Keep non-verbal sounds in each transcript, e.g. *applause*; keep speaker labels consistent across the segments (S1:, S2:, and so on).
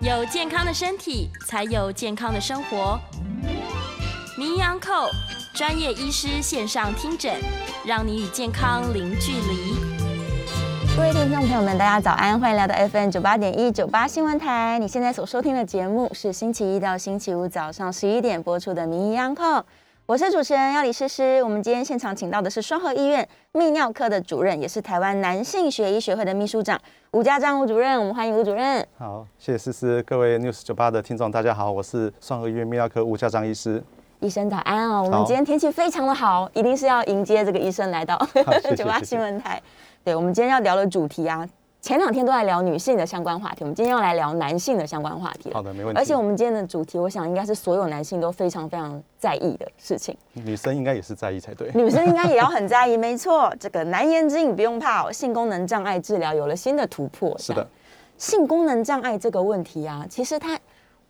S1: 有健康的身体，才有健康的生活。名医安扣专业医师线上听诊，让你与健康零距离。
S2: 各位听众朋友们，大家早安，欢迎来到 FM 九八点一九八新闻台。你现在所收听的节目是星期一到星期五早上十一点播出的《名医央叩》，我是主持人要李诗诗。我们今天现场请到的是双河医院泌尿科的主任，也是台湾男性学医学会的秘书长吴家章吴主任。我们欢迎吴主任。
S3: 好，谢谢思思，各位 news 九八的听众，大家好，我是双河医院泌尿科吴家章医师。
S2: 医生早安哦！我们
S3: 好
S2: 今天天气非常的好，一定是要迎接这个医生来到 *laughs*
S3: 谢谢
S2: 九八
S3: 谢谢
S2: 新闻台。对，我们今天要聊的主题啊，前两天都在聊女性的相关话题，我们今天要来聊男性的相关话题了。
S3: 好的没问题
S2: 而且我们今天的主题，我想应该是所有男性都非常非常在意的事情，
S3: 女生应该也是在意才对。
S2: 女生应该也要很在意。没错，这个难言之隐不用怕哦，性功能障碍治疗有了新的突破。
S3: 是
S2: 这
S3: 的
S2: 样，，性功能障碍这个问题啊，其实它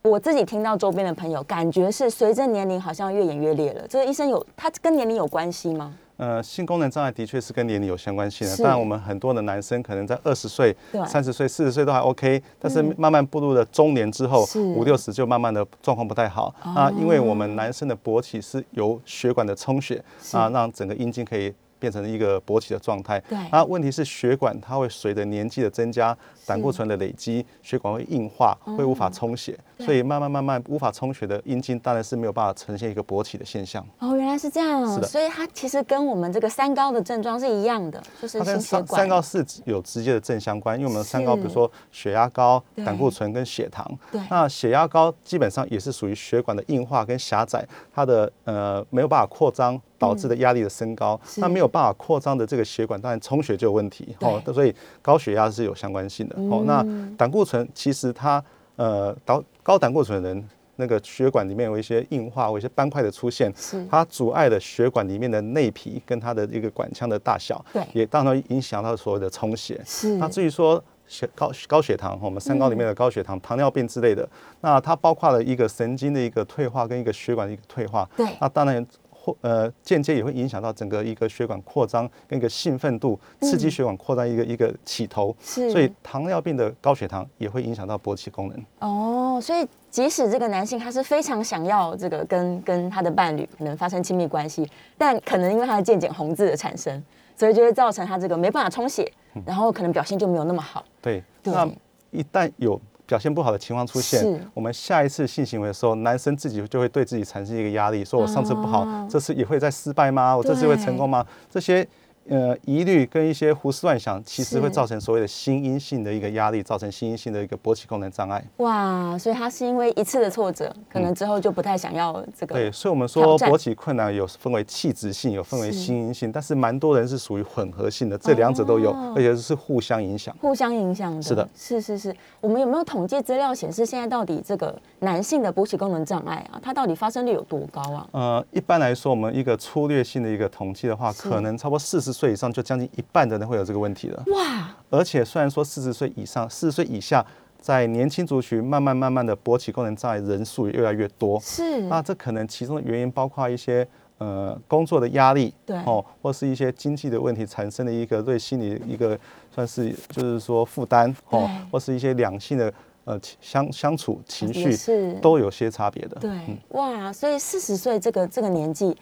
S2: 我自己听到周边的朋友，感觉是随着年龄好像越演越烈了。这个医生有他跟年龄有关系吗？
S3: 呃，性功能障碍的确是跟年龄有相关性的。
S2: 是
S3: 当然，我们很多的男生可能在二十岁
S2: 对、嗯
S3: 三十岁、四十岁都还 OK，但是慢慢步入了中年之后
S2: 是，哦
S3: 五六十就慢慢的状况不太好啊，因为我们男生的勃起是由血管的充血啊，让整个阴茎可以。变成一个勃起的状态，
S2: 对
S3: 那问题是血管它会随着年纪的增加，胆固醇的累积，血管会硬化，会无法
S2: 哦
S3: 充血，所以慢慢慢慢无法充血的阴茎当然是没有办法呈现一个勃起的现象。
S2: 哦，原来是这样
S3: 是
S2: 哦，
S3: 的
S2: 所以它其实跟我们这个三高的症状是一样的，就是
S3: 它
S2: 心
S3: 跟
S2: 血
S3: 三
S2: 管
S3: 三高是有直接的正相关，因为我们三高，比如
S2: 是
S3: 说血压高
S2: 对、
S3: 胆固醇跟血糖
S2: 对。
S3: 那血压高基本上也是属于血管的硬化跟狭窄，它的呃没有办法扩张导
S2: 嗯
S3: 致的压力的升高。那没有办法扩张的这个血管，当然充血就有问题哦。所以高血压是有相关性的哦。那
S2: 嗯
S3: 胆固醇其实它呃高高胆固醇的人。那个血管里面有一些硬化，有一些斑块的出现
S2: 是，
S3: 它阻碍了血管里面的内皮跟它的一个管腔的大小，
S2: 对
S3: 也当然影响到所谓的充血。
S2: 是嗯
S3: 那至于说血高高血糖，我们三高里面的高血糖、糖尿病之类的，那它包括了一个神经的一个退化跟一个血管的一个退化。
S2: 对
S3: 那当然。或呃，间接也会影响到整个一个血管扩张跟一个兴奋度，刺激血管扩张一个、一个起头，
S2: 嗯是
S3: 所以糖尿病的高血糖也会影响到勃起功能。
S2: 哦，所以即使这个男性他是非常想要这个跟跟他的伴侣可能发生亲密关系，但可能因为他的健检红字的产生，所以就会造成他这个没办法充血，
S3: 嗯
S2: 然后可能表现就没有那么好。
S3: 对，
S2: 对
S3: 那一旦有表现不好的情况出现
S2: 是，
S3: 我们下一次性行为的时候，男生自己就会对自己产生一个压力，说我上次不好，
S2: 啊
S3: 这次也会再失败吗？我这次会成功吗？这些。呃，疑虑跟一些胡思乱想，其实
S2: 是
S3: 会造成所谓的心因性的一个压力，造成心因性的一个勃起功能障碍。
S2: 哇，所以他是因为一次的挫折，可能之后就不太想要这个。
S3: 嗯对，所以我们
S2: 挑
S3: 说
S2: 战
S3: 勃起困难有分为器质性，有分为
S2: 是
S3: 心因性，但是蛮多人是属于混合性的，这两者都有，
S2: 哦
S3: 而且是互相影响。
S2: 互相影响的，
S3: 是的
S2: 是是是。我们有没有统计资料显示，现在到底这个男性的勃起功能障碍啊，它到底发生率有多高啊？
S3: 呃，一般来说，我们一个粗略性的一个统计的话，可能差不多四十岁以上就将近一半的人会有这个问题了。
S2: 哇，
S3: 而且虽然说四十岁以上、四十岁以下，在年轻族群慢慢慢慢的勃起功能障碍人数也越来越多。
S2: 是
S3: 那这可能其中的原因包括一些呃工作的压力，
S2: 对
S3: 哦，或是一些经济的问题产生的一个对心理一个算是就是说负担哦
S2: 对，
S3: 或是一些两性的呃相相处情
S2: 也
S3: 绪
S2: 是
S3: 都有些差别的。
S2: 对，哇，所以四十岁这个这个年纪，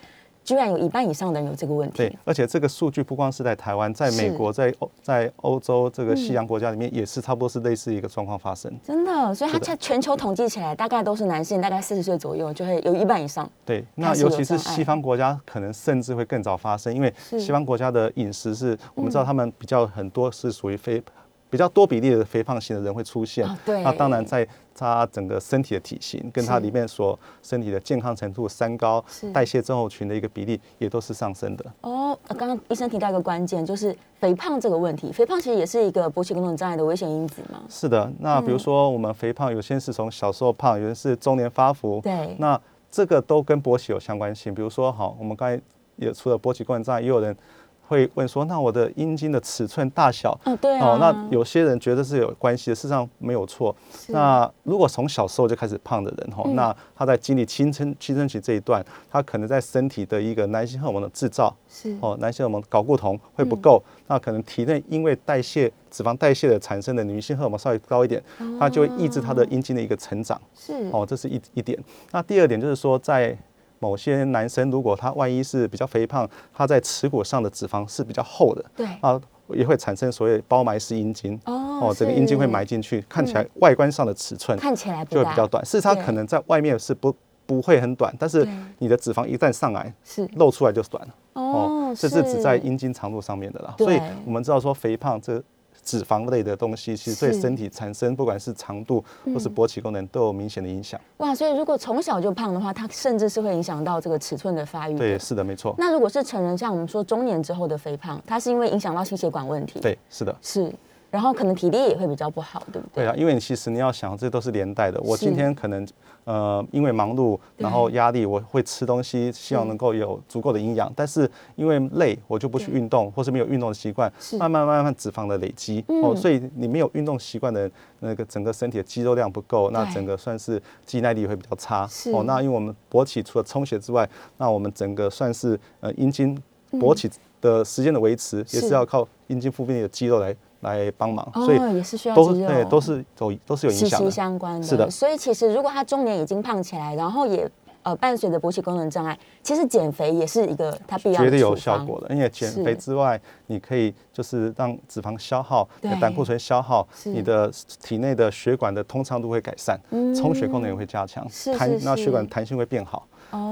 S2: 居然有一半以上的人有这个问
S3: 对
S2: 题。，
S3: 而且这个数据不光是在台湾，在美
S2: 是嗯
S3: 国、在欧、在欧洲这个西洋国家里面，也是差不多是类似一个状况发生。
S2: 真的，所以他
S3: 是的
S2: 在全球统计起来，大概都是男性，大概四十岁左右就会有一半以上。
S3: 对，
S2: 它
S3: 那
S2: 是
S3: 尤
S2: 有
S3: 其是
S2: 障碍
S3: 西方国家，可能甚至会更早发生，因为
S2: 是嗯
S3: 西方国家的饮食是我们知道他们比较很多是属于肥。比较多比例的肥胖型的人会出现，
S2: 啊对
S3: 那当然在他整个身体的体型跟他
S2: 是
S3: 里面所身体的健康程度、三高
S2: 是、
S3: 代谢症候群的一个比例也都是上升的。
S2: 哦，呃刚刚医生提到一个关键，就是肥胖这个问题。肥胖其实也是一个勃起功能障碍的危险因子嘛。
S3: 是的，那
S2: 嗯
S3: 比如说我们肥胖，有些是从小时候胖，有些是中年发福，
S2: 对
S3: 那这个都跟勃起有相关性。比如说，好，我们刚才也除了勃起功能障碍，也有人会问说，那我的阴茎的尺寸大小，
S2: 哦，对啊，
S3: 哦，那有些人觉得是有关系的，事实上没有错。那如果从小时候就开始胖的人
S2: 嗯
S3: 吼，那他在经历青春青春期这一段，他可能在身体的一个男性荷尔蒙的制造，
S2: 是嗯
S3: 哦，男性荷尔蒙睾固酮会不够，那可能体内因为代谢脂肪代谢的产生的女性荷尔蒙稍微高一点，
S2: 哦
S3: 它就会抑制它的阴茎的一个成长。
S2: 是
S3: 哦，这是一一点。那第二点就是说，在某些男生如果他万一是比较肥胖，他在耻骨上的脂肪是比较厚的，
S2: 对
S3: 啊，也会产生所谓包埋式阴茎。
S2: 哦
S3: 整个阴茎会
S2: 是嗯
S3: 埋进去，看起来外观上的尺寸
S2: 看起来不
S3: 就会
S2: 大
S3: 比较短。事实上，
S2: 对
S3: 可能在外面是不不会很短，但是
S2: 对
S3: 你的脂肪一旦上来，
S2: 是
S3: 露出来就是短了。
S2: 哦，
S3: 嗯这是只在阴茎长度上面的啦。
S2: 对
S3: 所以我们知道说肥胖这脂肪类的东西，其实对
S2: 是嗯
S3: 身体产生不管是长度或是勃起功能都有明显的影响。
S2: 哇，所以如果从小就胖的话，它甚至是会影响到这个尺寸的发育。
S3: 对，，是的，没错。
S2: 嗯那如果是成人，像我们说中年之后的肥胖，它是因为影响到心血管问题。，
S3: 对，是的。
S2: 是，然后可能体力也会比较不好，对不对？
S3: 对啊，因为你其实你要想，这都是连带的。我
S2: 是
S3: 今天可能呃，因为忙碌，然后压力，我会吃东西，希望能够有足够的营养。但是因为累，我就不去运动，或是没有运动的习惯
S2: 是，嗯
S3: 慢慢慢慢脂肪的累积、哦，所以你没有运动习惯的人，那个整个身体的肌肉量不够，那
S2: 对
S3: 整个算是肌耐力会比较差
S2: 是
S3: 哦。那因为我们勃起除了充血之外，那我们整个算是呃阴茎勃起的时间的维持，也
S2: 嗯是
S3: 是要靠阴茎附近的肌肉来来帮忙，
S2: 哦
S3: 所以
S2: 也是需要
S3: 都
S2: 肌肉哦
S3: 对都是有都是有
S2: 息
S3: 影响
S2: 息
S3: 的。
S2: 相关的。
S3: 是的
S2: 所以其实如果他中年已经胖起来，然后也呃伴随着勃起功能障碍，其实减肥也是一个他必要的
S3: 绝对有
S2: 处
S3: 效
S2: 方
S3: 果的，因为减
S2: 是
S3: 肥之外，你可以就是让脂肪消耗，你的
S2: 对
S3: 胆固醇消耗，
S2: 是嗯
S3: 你的体内的血管的通畅度会改善，充血功能也会加强
S2: 是，
S3: 弹
S2: 是
S3: 那
S2: 是哦
S3: 血管弹性会变好，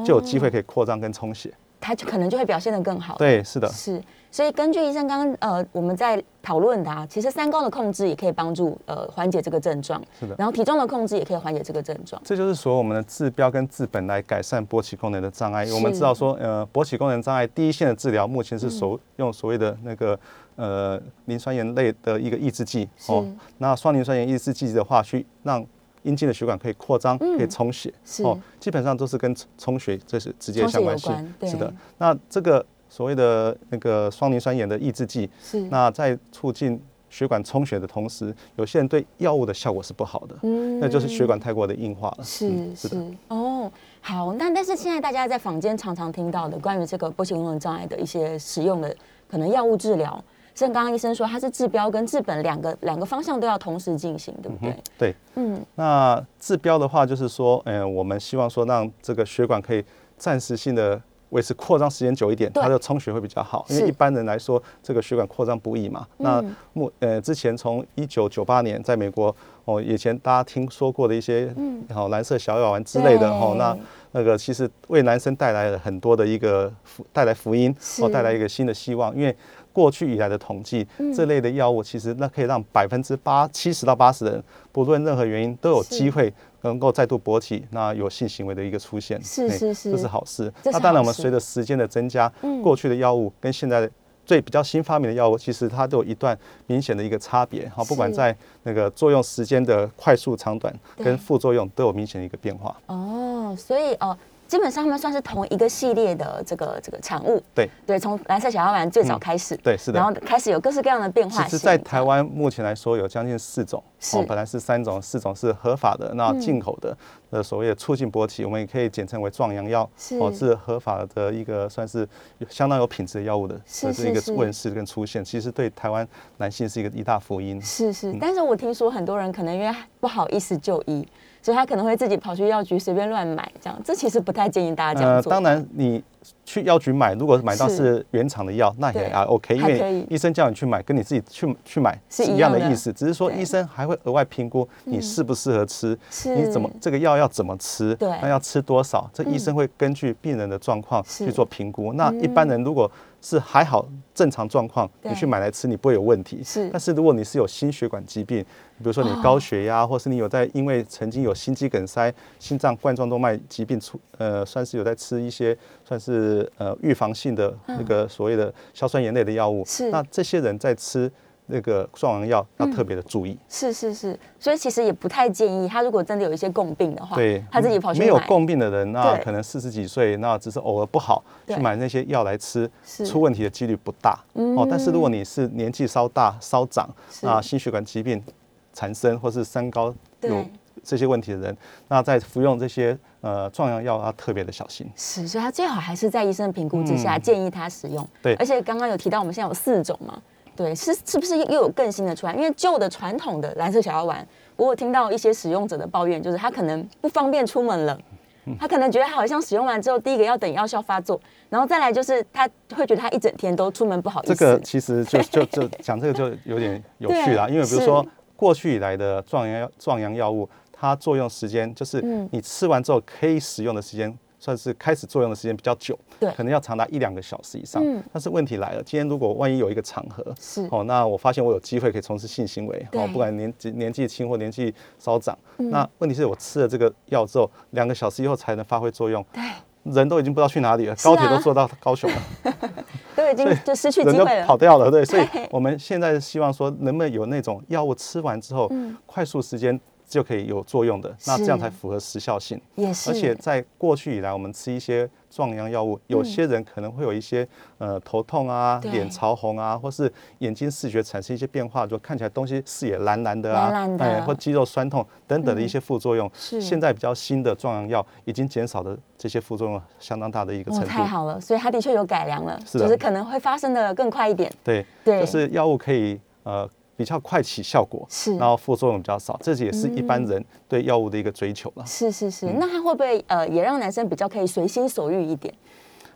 S3: 就有机会可以扩张跟充血。
S2: 他就可能就会表现得更好。
S3: 对，是的，
S2: 哦是，所以根据医生刚刚呃我们在讨论的啊，其实三高的控制也可以帮助呃缓解这个症状，
S3: 是的
S2: 然后体重的控制也可以缓解这个症状，
S3: 这就是所谓我们的治标跟治本来改善勃起功能的障碍。我们
S2: 是嗯
S3: 知道说，呃，勃起功能障碍第一线的治疗目前是所、用所谓的那个呃磷酸盐类的一个抑制剂哦
S2: 是。
S3: 那双磷酸盐抑制剂的话，去让阴茎的血管可以扩张，可以充血
S2: 嗯是
S3: 哦，基本上都是跟充充血这是直接
S2: 充血
S3: 相关
S2: 有
S3: 性
S2: 关。对
S3: 是的，那这个所谓的那个双磷酸盐的抑制剂，
S2: 是
S3: 那在促进血管充血的同时，有些人对药物的效果是不好的，那就是血管太过的硬化了。
S2: 嗯是
S3: 嗯
S2: 是
S3: 的
S2: 哦，好，那但是现在大家在坊间常常听到的关于这个波奇功能障碍的一些使用的可能药物治疗，像刚刚医生说，它是治标跟治本两个两个方向都要同时进行，对不对？
S3: 对，嗯，那治标的话就是说，嗯、我们希望说让这个血管可以暂时性的维持扩张时间久一点，
S2: 对
S3: 它的充血会比较好，因
S2: 是嗯
S3: 为一般人来说，这个血管扩张不易嘛。那目呃之前从一九九八年在美国哦，以前大家听说过的一些，嗯，好蓝色小药丸之类的哦，那
S2: 对
S3: 那个其实为男生带来了很多的一个福，带来福音，
S2: 是
S3: 哦，带来一个新的希望，因为。过去以来的统计，
S2: 嗯
S3: 这类的药物其实那可以让百分之八七十到八十的人，不论任何原因都有
S2: 是
S3: 机会能够再度勃起，那有性行为的一个出现，
S2: 是
S3: 哎
S2: 是是
S3: 这是好事。
S2: 这是
S3: 那当然，
S2: 好
S3: 我们
S2: 事嗯
S3: 随着时间的增加，过去的药物跟现在的最比较新发明的药物，其实它都有一段明显的一个差别。好，不管在那个作用时间的快速长短跟副作用都有明显的一个变化。
S2: 哦，所以哦、基本上它们算是同一个系列的这个这个产物。
S3: 对，
S2: 对，从蓝色小药丸最早开始，
S3: 嗯对是的
S2: 然后开始有各式各样的变化
S3: 其
S2: 性。
S3: 实，在台湾目前来说，有将近四种，哦
S2: 是嗯
S3: 本来是三种，四种是合法的，那进口的，呃，所谓的促进勃起，我们也可以简称为壮阳药，
S2: 是
S3: 哦，是合法的一个算是有相当有品质的药物的，
S2: 是
S3: 的
S2: 是
S3: 这一
S2: 是
S3: 个问世跟出现，其实对台湾男性是一个一大福音。
S2: 是是，但是我听说很多人可能因为不好意思就医，所以他可能会自己跑去药局随便乱买，这样这其实不太建议大家这样做。
S3: 呃当然你去药局买，如果买到
S2: 是
S3: 是原厂的药，那也
S2: 对
S3: 还 OK，因
S2: 还可以
S3: 为医生叫你去买，跟你自己去去买
S2: 是一
S3: 一样的
S2: 样的
S3: 意思，只是说
S2: 对
S3: 医生还会额外评估你适不适合吃，
S2: 是
S3: 你怎么这个药要怎么吃，
S2: 对嗯
S3: 那要吃多少，这医生会根据病人的状况
S2: 是嗯
S3: 去做评估。那一般人如果是还好正常状况，
S2: 对
S3: 你去买来吃，你不会有问题。
S2: 是
S3: 但是如果你是有心血管疾病，比如说你高血压，或是你有在因为曾经有心肌梗塞、心脏冠状动脉疾病出，呃，算是有在吃一些算是呃预防性的那个所谓的硝酸盐类的药物。
S2: 是
S3: 那这些人在吃那个壮阳药要特别的注意。
S2: 是是是，所以其实也不太建议他，如果真的有一些共病的话，
S3: 对，嗯
S2: 他自己跑去
S3: 没有
S2: 买
S3: 共病的人，那
S2: 对
S3: 可能四十几岁，那只是偶尔不好
S2: 对
S3: 去买那些药来吃
S2: 是，嗯
S3: 出问题的几率不大。哦，但是如果你是年纪稍大、稍长，
S2: 是
S3: 那心血管疾病产生或是三高有
S2: 对
S3: 这些问题的人，那在服用这些呃壮阳药要特别的小心。
S2: 是，所以他最好还是在医生的评估之下、建议他使用。
S3: 嗯对
S2: 而且刚刚有提到我们现在有四种嘛，对，是是不是又有更新的出来？因为旧的传统的蓝色小药丸，我有听到一些使用者的抱怨，就是他可能不方便出门了。
S3: 嗯
S2: 他可能觉得好像使用完之后，第一个要等药效发作，然后再来就是他会觉得他一整天都出门不好意
S3: 这
S2: 思。
S3: 个其实就就就讲这个就有点有趣啦，
S2: 对
S3: 因为比如说
S2: 是
S3: 过去以来的壮阳药壮阳药物，它作用时间就是
S2: 嗯
S3: 你吃完之后可以使用的时间。算是开始作用的时间比较久，
S2: 对
S3: 可能要长达一两个小时以上。
S2: 嗯
S3: 但是问题来了，今天如果万一有一个场合，
S2: 是
S3: 哦，那我发现我有机会可以从事性行为，
S2: 对嗯
S3: 哦，不管年纪年纪轻或年纪稍长，那问题是我吃了这个药之后，两个小时以后才能发挥作用，
S2: 对，
S3: 人都已经不知道去哪里了，
S2: 是啊
S3: 高铁都坐到高雄了，
S2: 都已经
S3: 所以
S2: 就失去
S3: 人
S2: 机
S3: 都
S2: 会
S3: 跑
S2: 了。
S3: 掉
S2: *laughs*
S3: 了，对，所以
S2: 对
S3: 我们现在希望说，能不能有那种药物吃完之后，快速时间就可以有作用的，那这
S2: 嗯
S3: 样
S2: 是
S3: 才符合时效性。
S2: 也是，嗯
S3: 而且在过去以来，我们吃一些壮阳药物，有些人可能会有一些呃头痛啊、
S2: 对
S3: 脸潮红啊，或是眼睛视觉产生一些变化，就看起来东西视野蓝蓝的啊，
S2: 蓝蓝的
S3: 哎，或肌肉酸痛等等的一些副作用。
S2: 是
S3: 现在比较新的壮阳药已经减少了这些副作用相当大的一个
S2: 哦，
S3: 程
S2: 太
S3: 度。
S2: 好了，所以他的确有改良了，
S3: 是的
S2: 就是可能会发生的更快一点。
S3: 对，
S2: 对
S3: 就是药物可以呃比较快起效果，
S2: 是嗯
S3: 然后副作用比较少，这也是一般人对药物的一个追求了。
S2: 是是是，
S3: 嗯
S2: 那他会不会呃也让男生比较可以随心所欲一点？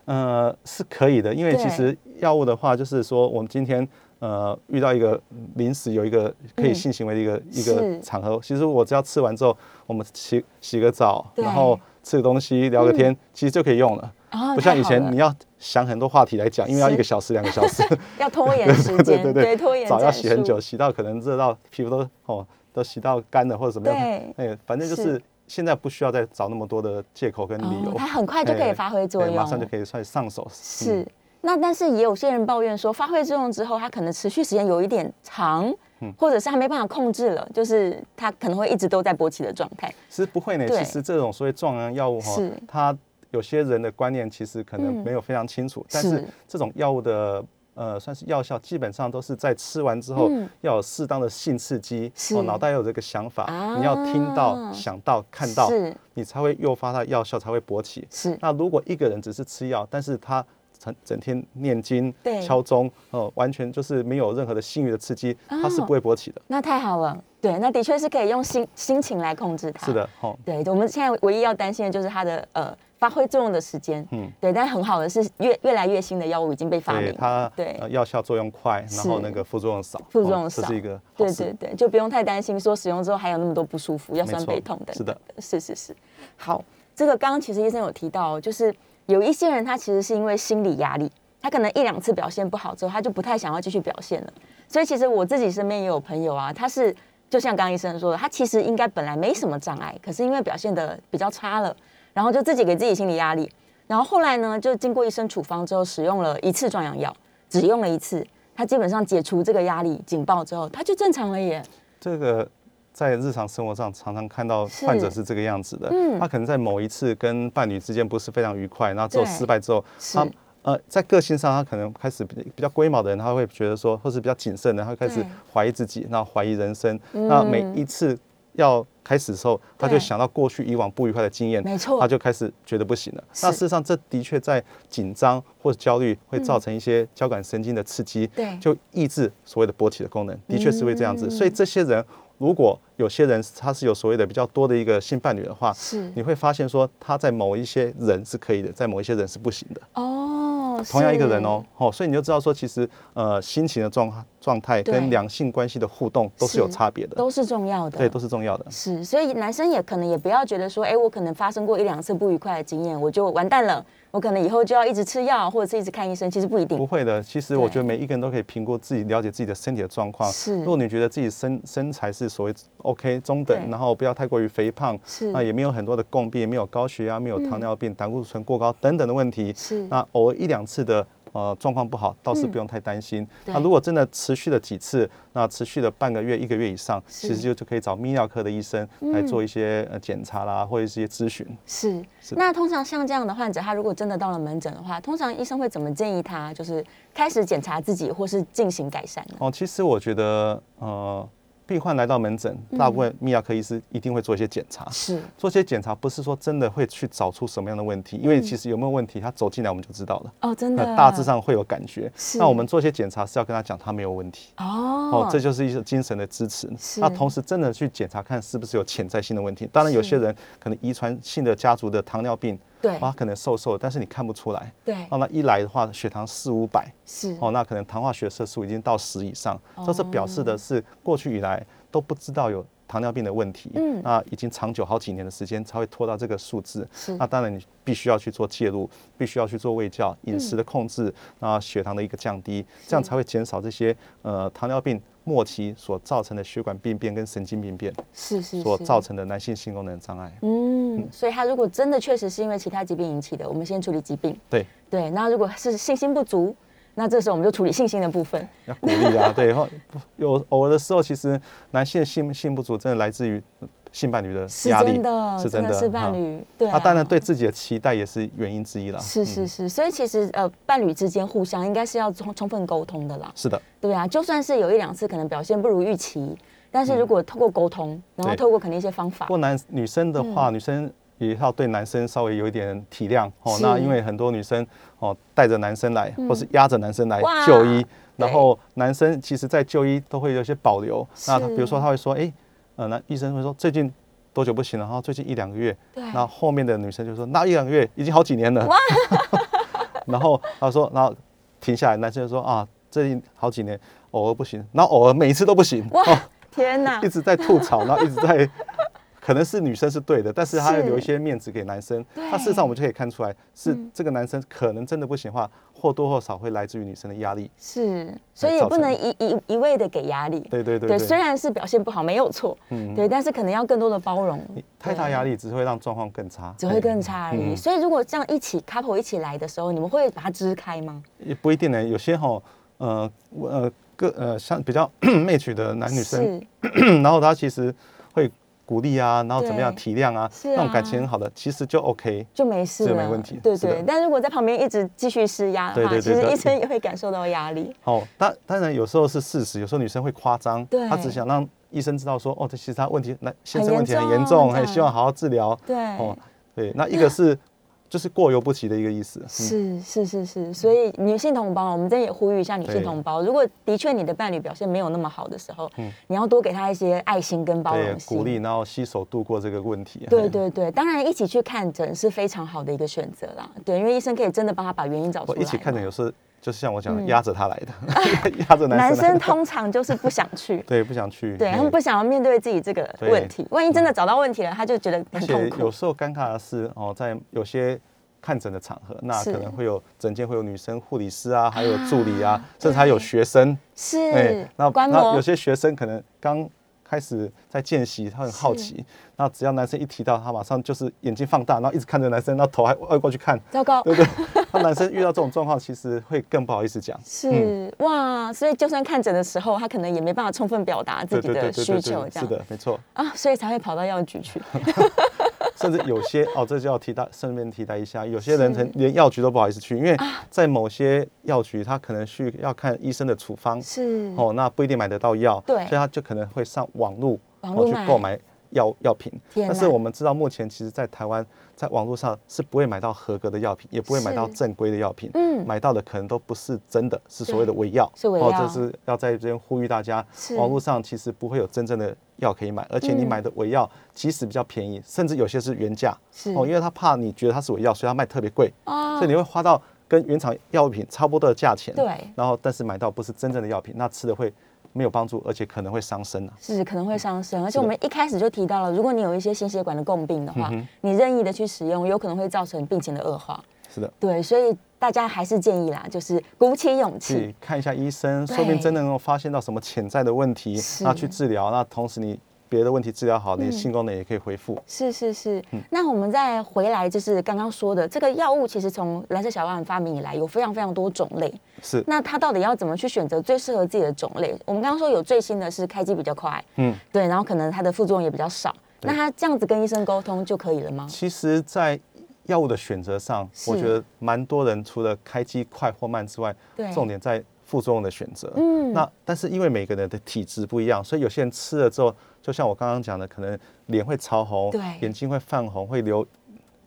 S3: 呃，是可以的，因为
S2: 对
S3: 其实药物的话，就是说我们今天呃遇到一个临时有一个可以性行为的一个、一
S2: 嗯是
S3: 个场合，其实我只要吃完之后，我们洗洗个澡，
S2: 对嗯
S3: 然后吃个东西聊个天，其实就可以用了。
S2: 哦
S3: 不像
S2: 太
S3: 以
S2: 好
S3: 前
S2: 了
S3: 你要想很多话题来讲，因为要
S2: 是
S3: 一个小时、两个小时，
S2: 要拖延时间，
S3: *laughs* 对对，
S2: 拖延
S3: 澡要
S2: 战
S3: 洗很
S2: 术
S3: 久，，嗯洗到可能热到皮肤都哦都洗到干了或者怎么样，哎，反正就是是现在不需要再找那么多的借口跟理
S2: 哦
S3: 由，
S2: 它很快就可以
S3: 哎
S2: 发挥作
S3: 对马
S2: 用
S3: 上就可以算上手。嗯
S2: 是。那但是也有些人抱怨说，发挥作用之后，他可能持续时间有一点长，
S3: 嗯
S2: 或者是他没办法控制了，就是他可能会一直都在勃起的状态。
S3: 其实不会呢。
S2: 对
S3: 其实这种所谓壮阳药物哈
S2: 是，
S3: 它有些人的观念其实可能
S2: 嗯
S3: 没有非常清楚，但
S2: 是
S3: 是这种药物的。呃，算是药效，基本上都是在吃完之后、
S2: 嗯
S3: 要有适当的性刺激，哦
S2: 是
S3: 脑袋要有这个想法，
S2: 啊
S3: 你要听到、想到、看到
S2: 是，
S3: 你才会诱发它的药效才会勃起。
S2: 是
S3: 那如果一个人只是吃药，但是他整整天念经
S2: 对、
S3: 敲钟，呃，完全就是没有任何的性欲的刺激，他是
S2: 哦
S3: 不会勃起的。
S2: 那太好了，对，那的确是可以用心心情来控制它。
S3: 是的，哦，
S2: 对，我们现在唯一要担心的就是它的呃发挥作用的时间。嗯
S3: 嗯，
S2: 对，但很好的是越越来越新的药物已经被发
S3: 对
S2: 明了，
S3: 它
S2: 对。
S3: 呃药效作用快，然后
S2: 是
S3: 那个副作用少，
S2: 副作用
S3: 哦
S2: 少，
S3: 这是一个好
S2: 对
S3: 事
S2: 对对，就不用太担心说使用之后还有那么多不舒服、腰酸
S3: 没错
S2: 背痛等
S3: 是的
S2: 等的，是是是。好，这个刚刚其实医生有提到哦，就是有一些人他其实是因为心理压力，他可能一两次表现不好之后，他就不太想要继续表现了。所以其实我自己身边也有朋友啊，他是就像刚刚医生说的，他其实应该本来没什么障碍，可是因为表现的比较差了，然后就自己给自己心理压力，然后后来呢，就经过医生处方之后，使用了一次壮阳药，只用了一次，他基本上解除这个压力警报之后，他就正常了耶。
S3: 这个在日常生活上常常看到患者
S2: 是
S3: 是这个样子的，
S2: 嗯
S3: 他可能在某一次跟伴侣之间不是非常愉快，然后之后
S2: 对
S3: 失败之后，
S2: 是
S3: 他呃在个性上他可能开始比比较龟毛的人，他会觉得说，或是比较谨慎的，他会开始
S2: 对嗯
S3: 怀疑自己，然后怀疑人生，那每一次。要开始的时候，他就
S2: 对
S3: 想到过去以往不愉快的经验，
S2: 没错
S3: 他就开始觉得不行了。那
S2: 是
S3: 事实上，这的确在紧张或者焦虑会造成一些交感神经的刺激，
S2: 嗯对嗯
S3: 就抑制所谓的勃起的功能，的确是会这样子。所以这些人，如果有些人他是有所谓的比较多的一个性伴侣的话，
S2: 是
S3: 你会发现说他在某一些人是可以的，在某一些人是不行的。
S2: 哦，
S3: 同样一个
S2: 是
S3: 人哦，，哦，所以你就知道说，其实呃心情的状状态
S2: 对
S3: 跟两性关系的互动都是有差别的，
S2: 都是重要的。
S3: 对，都是重要的。
S2: 是，所以男生也可能也不要觉得说，哎，我可能发生过一两次不愉快的经验，我就完蛋了，我可能以后就要一直吃药或者是一直看医生，其实不一定
S3: 不。会的，其实我
S2: 对
S3: 觉得每一个人都可以评估自己，了解自己的身体的状况。
S2: 是
S3: 如果你觉得自己身身材是所谓 OK 中等
S2: 对，
S3: 然后不要太过于肥胖，
S2: 是嗯
S3: 那也没有很多的共病，没有高血压，没有糖尿病、胆固醇过高等等的问题。
S2: 是
S3: 那偶尔一两次的呃状况不好，倒是不用太担心。
S2: 嗯对
S3: 那如果真的持续了几次，那持续了半个月、一个月以上，
S2: 是
S3: 其实就就可以找泌尿科的医生来做一些呃检查啦，或者是一些咨询。
S2: 是。
S3: 是
S2: 那通常像这样的患者，他如果真的到了门诊的话，通常医生会怎么建议他，就是开始检查自己，或是进行改善呢？
S3: 哦，其实我觉得，呃，病患来到门诊，
S2: 嗯
S3: 大部分泌尿科医师一定会做一些检查。
S2: 是
S3: 做一些检查不是说真的会去找出什么样的问题，因为其实有没有问题，他走进来我们就知道了。
S2: 哦，嗯真
S3: 那
S2: 的，
S3: 大致上会有感觉。
S2: 是
S3: 那我们做一些检查是要跟他讲他没有问题。
S2: 哦
S3: 哦，这就是一种精神的支持
S2: 是。
S3: 那同时真的去检查看是不是有潜在性的问题。当然，有
S2: 是
S3: 些人可能遗传性的家族的糖尿病，
S2: 对
S3: 啊，可能瘦瘦的，但是你看不出来。
S2: 对
S3: 哦，那一来的话，血糖四五百，
S2: 是
S3: 哦，那可能糖化血色素已经到十以上，
S2: 哦
S3: 这是表示的是过去以来都不知道有糖尿病的问题，
S2: 嗯
S3: 那已经长久好几年的时间才会拖到这个数字
S2: 是。
S3: 那当然你必须要去做介入，必须要去做胃教、
S2: 嗯
S3: 饮食的控制，那血糖的一个降低，这样才会减少这些呃糖尿病。末期所造成的血管病变跟神经病变
S2: 是是
S3: 所
S2: 是
S3: 造成的男性性功能障碍，
S2: 嗯，所以他如果真的确实是因为其他疾病引起的，我们先处理疾病。
S3: 对，
S2: 对，那如果是信心不足，那这时候我们就处理信心的部分。
S3: 要鼓
S2: *laughs*
S3: 励啊，对。然后有偶尔的时候，其实男性的性性不足真的来自于性伴侣的
S2: 是
S3: 压力
S2: 真的，，是伴
S3: 哈
S2: 侣，对啊
S3: 他当然对自己的期待也是原因之一啦。嗯
S2: 是是是，所以其实呃，伴侣之间互相应该是要充充分沟通的啦，
S3: 是的，
S2: 对啊，就算是有一两次可能表现不如预期，但是如果透过沟通，然后
S3: 嗯对
S2: 透过可能一些方法嗯
S3: 不，过男女生的话，女生也要对男生稍微有一点体谅哦。
S2: 是嗯
S3: 那因为很多女生哦带着男生来，或是压着男生来
S2: 哇
S3: 就医，然
S2: 对
S3: 后男生其实在就医都会有一些保留。那他比如说
S2: 是
S3: 他会说，哎，呃，那医生会说最近。多久不行了？然后最近一两个月，
S2: 对
S3: 那后面的女生就说那一两个月已经好几年了。 *laughs* 然后他说，然后停下来，男生就说啊，最近好几年偶尔不行，然后偶尔每一次都不行。
S2: 哇
S3: 哦，
S2: 天哪
S3: 一，直在吐槽，然后一直在，可能是女生是对的，但是她要
S2: 是
S3: 留一些面子给男生。
S2: 对嗯
S3: 那事实上我们就可以看出来，是这个男生可能真的不行的话，或多或少会来自于女生的压力。
S2: 是，所以也
S3: 造
S2: 不
S3: 成
S2: 能一一一味的给压力，
S3: 对对对嗯
S2: 对，虽然是表现不好没有错，对，但是可能要更多的包容，
S3: 你太大压力只会让状况更差，
S2: 只会更差而已。
S3: 嗯
S2: 所以如果这样一起 couple 一起来的时候，你们会把它支开吗？
S3: 也不一定呢。有些哈，呃我呃个呃像比较 *coughs* 媚曲的男女生，
S2: 是
S3: 然后他其实会鼓励啊，然后怎么样
S2: 对
S3: 体谅啊，
S2: 是啊
S3: 那种感情很好的，其实就 OK。
S2: 就没事
S3: 这
S2: 了，
S3: 没问题
S2: 对
S3: 是的
S2: 对，但如果在旁边一直继续施压的话，
S3: 对对
S2: 其实
S3: 对
S2: 医生也会感受到压力。
S3: 哦，当当然有时候是事实，有时候女生会夸张
S2: 对，
S3: 她只想让医生知道说，哦，这其实她问题，那先生
S2: 严
S3: 问题很严
S2: 重
S3: 重，还
S2: 对
S3: 希望好好治疗。
S2: 对，
S3: 哦，对，那一个是就是过犹不及的一个意思。嗯
S2: 是是是是，所以女性同胞，我们这也呼吁一下女性
S3: 对嗯
S2: 同胞，如果的确你的伴侣表现没有那么好的时候，你要多给他一些爱心跟包
S3: 对
S2: 容，心，
S3: 鼓励，然后携手度过这个问题。
S2: 对
S3: 嗯，
S2: 对对，当然一起去看诊是非常好的一个选择啦。对，因为医生可以真的帮他把原因找出
S3: 我
S2: 来。
S3: 哦
S2: 嗯
S3: 一起看诊，有时就是像我讲的，压着他来的， *laughs* 压着
S2: 男
S3: 男生来
S2: 生
S3: 的。，
S2: 通常就是不想去
S3: *laughs* 对，不想去。
S2: 对他们
S3: 嗯
S2: 不想要面对自己这个
S3: 对嗯
S2: 问题。万一真的找到问题了，他就觉得很
S3: 而且
S2: 痛苦
S3: 有。时候尴尬的是，哦，在有些看诊的场合，那
S2: 是
S3: 可能会有诊间会有女生护理师啊，还有助理啊
S2: 啊，
S3: 甚至还有
S2: 对
S3: 学生。
S2: 是，
S3: 哎那
S2: 观
S3: 那
S2: 摩
S3: 有些学生可能刚开始在见习，他很好奇，那只要男生一提到，他马上就是眼睛放大，然后一直看着男生，然后头还歪过去看，
S2: 糟糕。
S3: 对不对？那男生遇到这种状况，其实会更不好意思讲。嗯
S2: 是哇，所以就算看诊的时候，他可能也没办法充分表达自
S3: *laughs* 对
S2: 己
S3: 对
S2: 的
S3: 对对
S2: 需
S3: 对
S2: 求，
S3: 对，
S2: 这
S3: 是
S2: 样
S3: 的，没错。
S2: 啊，所以才会跑到药局去。
S3: *laughs* 甚至有些哦，这就要提到，顺便提到一下，有些人连连药局都不好意思去，因为在某些药局，他可能去要看医生的处方，
S2: 是
S3: 哦，那不一定买得到药，
S2: 嗯对
S3: 所以他就可能会上网络，
S2: 网
S3: 然
S2: 络
S3: 后去
S2: 买
S3: 购买药药品。
S2: 天
S3: 但是
S2: 哪
S3: 我们知道，目前其实，在台湾，在网络上是不会买到合格的药品，也不会买到
S2: 是
S3: 正规的药品。
S2: 嗯
S3: 买到的可能都不是真的，是所谓的伪药。
S2: 是伪药
S3: 哦，这是要在这边呼吁大家
S2: 是，
S3: 网络上其实不会有真正的药可以买，而且你
S2: 嗯
S3: 买的伪药即使比较便宜，甚至有些是原价。
S2: 是
S3: 哦，因为他怕你觉得它是伪药，所以他卖特别贵。
S2: 哦
S3: 所以你会花到跟原厂药品差不多的价钱，
S2: 对
S3: 然后但是买到不是真正的药品，那吃的会没有帮助，而且可能会伤身啊。
S2: 是可能会伤身，而且
S3: 是的
S2: 我们一开始就提到了，如果你有一些心血管的共病的话，
S3: 嗯
S2: 你任意的去使用，有可能会造成病情的恶化。
S3: 是的，
S2: 对，所以大家还是建议啦，就是鼓起勇气，
S3: 去看一下医生，说不定真的能够发现到什么潜在的问题
S2: 是，嗯
S3: 那去治疗。那同时你别的问题治疗好，你的性功能也可以恢复。
S2: 是是是。
S3: 嗯
S2: 那我们再回来，就是刚刚说的这个药物，其实从蓝色小药丸发明以来，有非常非常多种类。
S3: 是，
S2: 那它到底要怎么去选择最适合自己的种类？我们刚刚说有最新的是开机比较快，
S3: 嗯，
S2: 对，然后可能它的副作用也比较少。那他这样子跟医生沟通就可以了吗？
S3: 其实，在药物的选择上，我
S2: 是
S3: 觉得蛮多人除了开机快或慢之外
S2: 对，
S3: 重点在副作用的选择。嗯，那但是因为每个人的体质不一样，所以有些人吃了之后，就像我刚刚讲的，可能脸会潮红
S2: 对，
S3: 眼睛会泛红，会流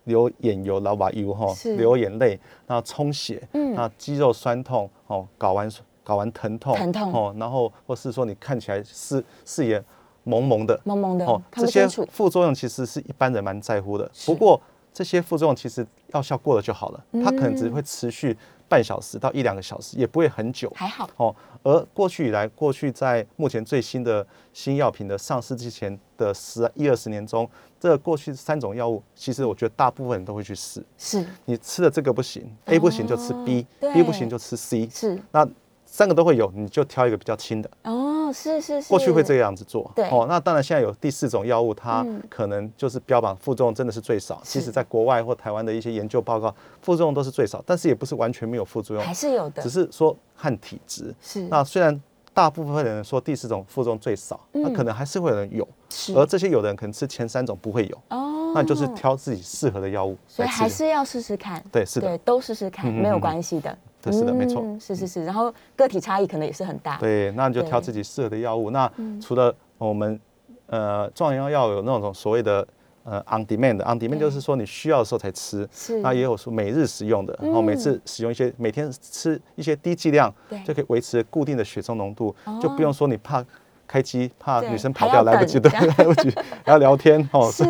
S3: 流眼油、老把油哈
S2: 是，
S3: 流眼泪，然后充血，嗯，那肌肉酸痛哦，睾丸睾丸疼痛，
S2: 疼痛
S3: 哦，然后或是说你看起来视视野蒙蒙的，
S2: 懵懵的，看
S3: 哦这
S2: 不
S3: 些
S2: 清楚。
S3: 副作用其实是一般人蛮在乎的。
S2: 是
S3: 不过这些副作用其实药效过了就好了，它可
S2: 嗯
S3: 能只会持续半小时到一两个小时，也不会很久。
S2: 还好，
S3: 哦，而过去以来，过去在目前最新的新药品的上市之前的十一二十年中，这过去三种药物，其实我觉得大部分人都会去试。
S2: 是
S3: 你吃的这个不行，A 不行就吃
S2: 哦对
S3: B，B 不行就吃 C，
S2: 是
S3: 那三个都会有，你就挑一个比较轻的。
S2: 哦，是是是，
S3: 过去会这样子做，
S2: 对嗯
S3: 哦，那当然现在有第四种药物，它可能就是标榜副作用真的是最少。
S2: 是
S3: 其实在国外或台湾的一些研究报告，副作用都是最少，但是也不是完全没有副作用
S2: 还，是有的，
S3: 哦只是说看体质。
S2: 是
S3: 那虽然大部分人说第四种副作用最少，那可能还是会有人有，
S2: 嗯是
S3: 而这些有的人可能吃前三种不会有，
S2: 哦，
S3: 那你就是挑自己适合的药物
S2: 所
S3: 来
S2: 以
S3: 吃
S2: 还。是要试试看，
S3: 对是的嗯
S2: 对，都试试看，没有关系的，
S3: 对是的没错
S2: 嗯，是是是，然后个体差异可能也是很大，
S3: 对，那你就挑
S2: 对嗯
S3: 自己适合的药物。那除了我们呃壮阳药有那种所谓的呃 on demand 的 on demand 就是说你需要的时候才吃，
S2: 是嗯
S3: 那也有说每日使用的，然后每次使用一些每天吃一些低剂量
S2: 对，哦
S3: 就可以维持固定的血中浓度，就不用说你怕。开机怕
S2: 对
S3: 女生
S2: 还
S3: 跑
S2: 要
S3: 掉来不及，
S2: 等
S3: 对，
S2: 这
S3: *laughs*
S2: 样
S3: 来不及，还要聊天哦，
S2: 是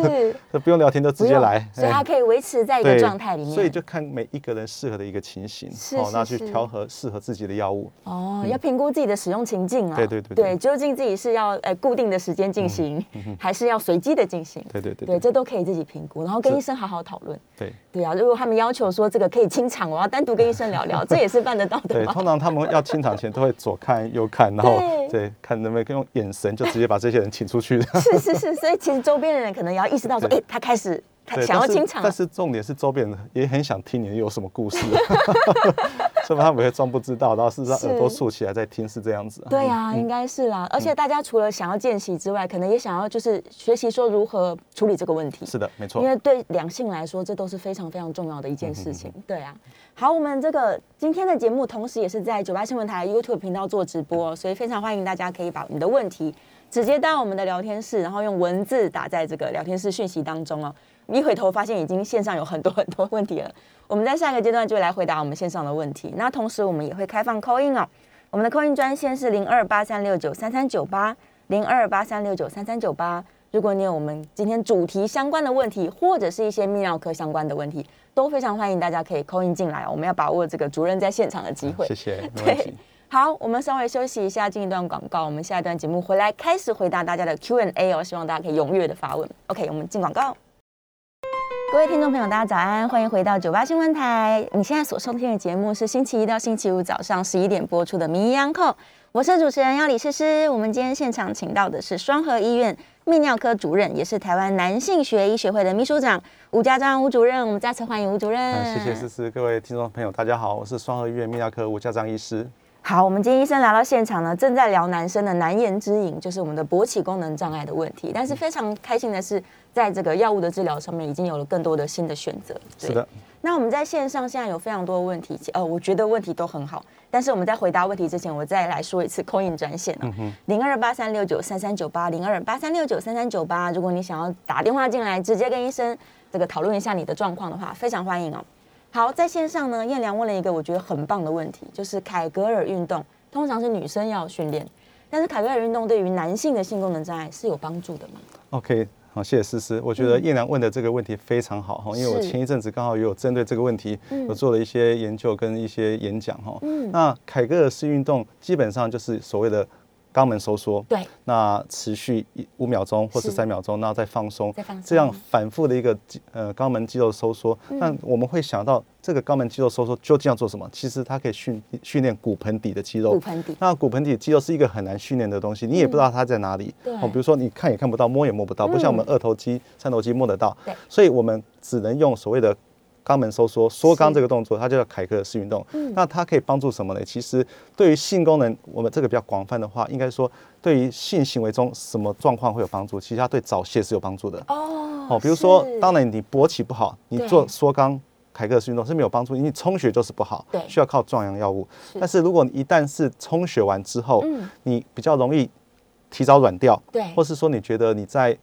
S3: 不用聊 *laughs* 天就直
S2: 不
S3: 接
S2: 用
S3: 来，
S2: 所以它
S3: 哎
S2: 可以维持在一个
S3: 对
S2: 状态里面，
S3: 所以就看每一个人适合的一个情形，哦
S2: 是是
S3: 那去
S2: 是
S3: 调和适合自己的药物。
S2: 哦，要评估自己的使用情境啊，
S3: 嗯对对对对
S2: 对，
S3: 嗯
S2: 究竟自己是要呃固定的时间进行，还是要随机的进行，
S3: 对对
S2: 对，
S3: 对对
S2: 这都可以自己评估，然后跟
S3: 是
S2: 医生好好讨论。
S3: 对。
S2: 对啊，如果他们要求说这个可以清场，我要单独跟医生聊聊，
S3: *laughs*
S2: 这也是办得到的 *laughs*
S3: 对，
S2: 吗？
S3: 通常他们要清场前都会左看右看，然后
S2: 对
S3: 对看能不能用眼神就直接把这些人请出去。
S2: 是是是，所以其实周边的人可能也要意识到说，哎、
S3: 对
S2: 他开始他 *laughs*
S3: 对
S2: 想要
S3: 但是
S2: 清场了
S3: 但，是嗯重点是周边人也很想听你有什么故事， *laughs* 所以他们会装不知道，然后事实上
S2: 是
S3: 耳朵竖起来在听是这样子。
S2: 对啊，应该是啦、而且
S3: 嗯
S2: 大家除了想要见习之外，可能也想要就是学习说如何处理这个问题。
S3: 是的，没错
S2: 因。为对两性来说，这都是非常非常重要的一件事
S3: 嗯
S2: 情。对啊，好，我们这个今天的节目，同时也是在九八新闻台 YouTube 频道做直播，所以非常欢迎大家可以把你的问题直接到我们的聊天室，然后用文字打在这个聊天室讯息当中哦。一回头发现已经线上有很多很多问题了，我们在下一个阶段就来回答我们线上的问题。那同时我们也会开放 call in 哦，我们的 call in 专线是零二八三六九三三九八零二八三六九三三九八。如果你有我们今天主题相关的问题，或者是一些泌尿科相关的问题，都非常欢迎大家可以 call in 进来哦。我们要把握这个主任在现场的机会
S3: 嗯谢。谢，没问
S2: 对
S3: 题。，
S2: 好，我们稍微休息一下，进一段广告。我们下一段节目回来开始回答大家的 Q&A 哦，希望大家可以踊跃的发问。OK，我们进广告。各位听众朋友，大家早安，欢迎回到九八新闻台。你现在所收听的节目是星期一到星期五早上十一点播出的《名医央叩》，我是主持人要李诗诗。我们今天现场请到的是双河医院泌尿科主任，也是台湾男性学医学会的秘书长吴家章吴主任。我们再次欢迎吴主任。
S3: 嗯，谢谢思思，各位听众朋友，大家好，我是双和医院泌尿科吴家章医师。
S2: 好，我们今天医生来到现场呢，正在聊男生的难言之隐，就是我们的勃起功能障碍的问题。但
S3: 嗯
S2: 是非常开心的是，在这个药物的治疗上面，已经有了更多的新的选择。对
S3: 是的。，
S2: 那我们在线上现在有非常多的问题，呃，我觉得问题都很好。但是我们在回答问题之前，我再来说一次 c 印专线啊，零二八三六九三三九八，零二八三六九三三九八。如果你想要打电话进来，直接跟医生这个讨论一下你的状况的话，非常欢迎哦。好，在线上呢，燕良问了一个我觉得很棒的问题，就是凯格尔运动通常是女生要训练，但是凯格尔运动对于男性的性功能障碍是有帮助的吗？
S3: OK，好，谢谢思思。我觉得叶良问的这个问题非常好哈，因为我
S2: 嗯是嗯
S3: 前一阵子刚好也有针对这个问题，我做了一些研究跟一些演讲哈。那凯格尔式运动基本上就是所谓的肛门收缩，
S2: 对，
S3: 那持续一五秒钟或是
S2: 是
S3: 三秒钟，然后再放松
S2: 再放松，嗯
S3: 这样反复的一个肌呃肛门肌肉收缩。那我们会想到这个肛门肌肉收缩究竟要做什么？其实它可以训训练骨盆底的肌肉。
S2: 骨盆底
S3: 那骨盆底肌肉是一个很难训练的东西，你也不知道它在哪里。
S2: 对嗯
S3: 哦，比如说你看也看不到，摸也摸不到，不像我们二头肌、三头肌摸得到
S2: 对。
S3: 所以我们只能用所谓的肛门收缩、缩肛这个动作，它就叫凯格尔式运动。
S2: 嗯
S3: 那它可以帮助什么呢？其实对于性功能，我们这个比较广泛的话，应该说对于性行为中什么状况会有帮助？其实它对早泄是有帮助的。
S2: 哦
S3: 哦，比如说，
S2: 是
S3: 当然你勃起不好，你
S2: 对
S3: 做缩肛、凯格尔式运动是没有帮助，因为你充血就是不好
S2: 对，
S3: 需要靠壮阳药物
S2: 是。
S3: 但是如果你一旦是充血完之后，
S2: 嗯
S3: 你比较容易提早软掉，
S2: 对
S3: 或是说你觉得你在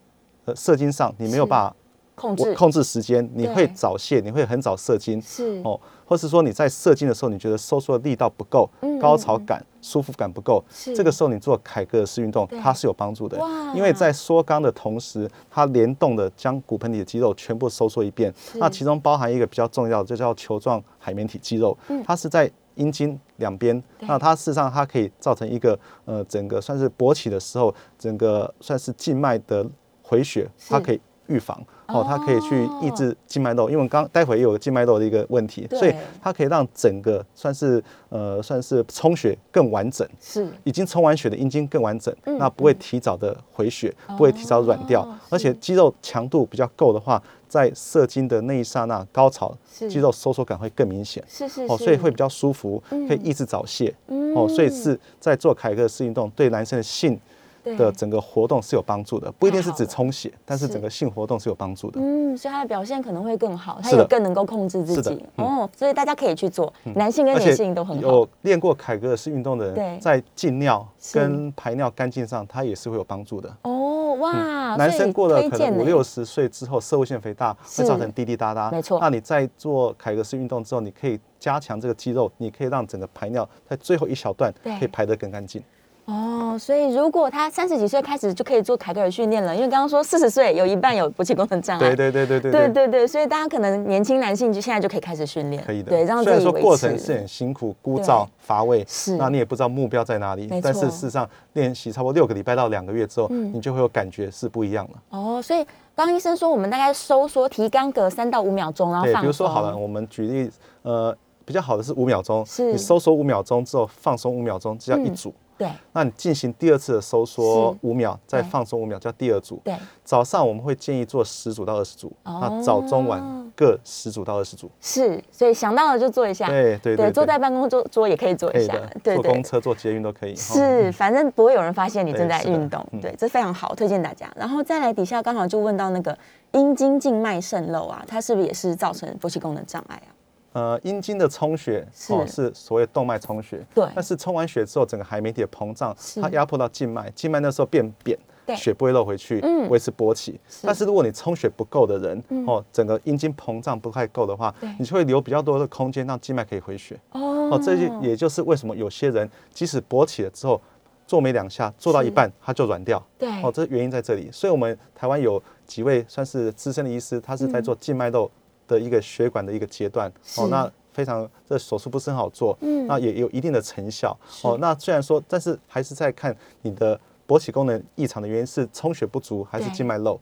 S3: 呃射精上你没有
S2: 是
S3: 办法
S2: 控制
S3: 控制时间，你
S2: 对
S3: 会早泄，你会很早射精，
S2: 是
S3: 哦，或是说你在射精的时候，你觉得收缩的力道不够，
S2: 嗯
S3: 高潮感、舒服感不够，
S2: 是
S3: 这个时候你做凯格尔式运动
S2: 对，
S3: 它是有帮助的
S2: 哇，
S3: 因为在缩肛的同时，它联动的将骨盆底的肌肉全部收缩一遍，那其中包含一个比较重要的，就叫球状海绵体肌肉，
S2: 嗯
S3: 它是在阴茎两边，那它事实上它可以造成一个呃整个算是勃起的时候，整个算是静脉的回血，它
S2: 是哦
S3: 可以预防哦，它可以去抑制静脉窦，因为我们刚待会也有静脉窦的一个问题，
S2: 对
S3: 所以它可以让整个算是呃算是充血更完整，
S2: 是
S3: 已经充完血的阴茎更完整，
S2: 嗯
S3: 那不会提早的回血，不会提早软掉，
S2: 哦
S3: 而且肌肉强度比较够的话，在射精的那一刹那高潮，
S2: 是
S3: 肌肉收缩感会更明显。
S2: 是是
S3: 哦，
S2: 是嗯
S3: 所以会比较舒服，可以抑制早泄。哦，所以是在做凯格尔式运动，对男生的性
S2: 对
S3: 的整个活动是有帮助的，不一定是
S2: 太好
S3: 指
S2: 了
S3: 充血，但是
S2: 是
S3: 整个性活动是有帮助的。
S2: 嗯，所以他的表现可能会更好，他
S3: 是
S2: 也
S3: 的
S2: 更能够控制自
S3: 是的嗯
S2: 己哦，所以大家可以去做，男性跟
S3: 而
S2: 女
S3: 且
S2: 性都很好，
S3: 有练过凯格尔式运动的
S2: 对
S3: 人，在进尿
S2: 是
S3: 跟排尿干净上，它也是会有帮助的。
S2: 哦哇，
S3: 嗯男
S2: 所以
S3: 生过了
S2: 推
S3: 可
S2: 荐
S3: 能五
S2: 呢
S3: 六十岁之后，射物腺肥大
S2: 是
S3: 会造成滴滴答答，
S2: 没错
S3: 那你在做凯格式运动之后，你可以加强这个肌肉，你可以让整个排尿在最后一小段
S2: 对
S3: 可以排得更干净。
S2: 哦，所以如果他三十几岁开始就可以做凯格尔训练了，因为刚刚说四十岁有一半有勃起功能障碍，
S3: 对对对对对
S2: 啊对对对所以大家可能年轻男性就现在就可以开始训练，
S3: 可以的，
S2: 对，让自
S3: 虽然
S2: 己
S3: 说
S2: 维
S3: 过
S2: 持
S3: 程是很辛苦、枯
S2: 对
S3: 燥、乏味，
S2: 是
S3: 那你也不知道目标在哪里
S2: 没。
S3: 但
S2: 错嗯
S3: 是事实上，练习差不多六个礼拜到两个月之后，你就会有感觉是不一样了。
S2: 哦，所以刚刚医生说我们大概收缩提肛隔三到五秒钟，然后啊
S3: 对，
S2: 放
S3: 比如说好了，
S2: 松，
S3: 我们举例，呃，比较好的是五秒钟，
S2: 是嗯
S3: 你收缩五秒钟之后放松五秒钟，这叫一组。
S2: 对
S3: 那你进行第二次的收缩
S2: 是
S3: 五秒，再
S2: 对
S3: 放松五秒，叫第二组。
S2: 对，
S3: 早上我们会建议做十组到二十组，
S2: 哦
S3: 那早中晚各十组到二十组。
S2: 是，所以想到了就做一下，
S3: 对对对，
S2: 啊坐在办公桌桌也可以做
S3: 可
S2: 一
S3: 以
S2: 下
S3: 的，，
S2: 对
S3: 坐
S2: 对
S3: 公。车、坐捷运都可以。哈
S2: 是，反正不会有人发现你正在
S3: 对是的
S2: 运动，
S3: 嗯
S2: 对，这非常好，推荐大家。然后再来底下刚好就问到那个阴茎静脉渗漏啊，它是不是也是造成勃起功能障碍啊？
S3: 呃，阴茎的充血哦
S2: 是
S3: 是所谓动脉充血，
S2: 对
S3: 但是充完血之后，整个海绵体的膨胀
S2: 是，
S3: 它压迫到静脉，静脉那时候变扁
S2: 对，
S3: 血不会漏回去，
S2: 嗯
S3: 维持勃起。但是如果你充血不够的人，哦，整个阴茎膨胀不太够的话
S2: 对，
S3: 你就会留比较多的空间让静脉可以回血。
S2: 哦
S3: 哦，这就也就是为什么有些人即使勃起了之后，做没两下，做到一半它就软掉。
S2: 对
S3: 哦，这原因在这里。所以我们台湾有几位算是资深的医师，他是在做静脉窦的一个血管的一个阶段。
S2: 嗯是
S3: 哦，那非常这手术不是很好做，嗯，那也有一定的成效。哦，那虽然说，但是还是在看你的。勃起功能异常的原因是充血不足还是
S2: 对哦
S3: 静脉漏？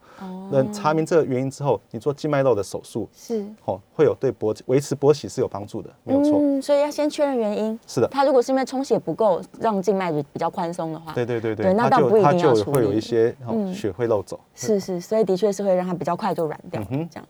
S3: 那查明这个原因之后，你做静脉漏的手术，
S2: 是
S3: 哦，会有对勃起维持勃起是有帮助的，没有错。
S2: 嗯，所以要先确认原因。
S3: 是的
S2: 它如果是因为充血不够，让静脉比较宽松的话，
S3: 对对对
S2: 对
S3: 对，
S2: 那
S3: 它
S2: 倒不一
S3: 就它
S2: 定要
S3: 就
S2: 处
S3: 会有
S2: 理嗯
S3: 一些哦血会漏走。
S2: 是是，所以的确是会让它比较快就软掉、
S3: 嗯哼
S2: 这样。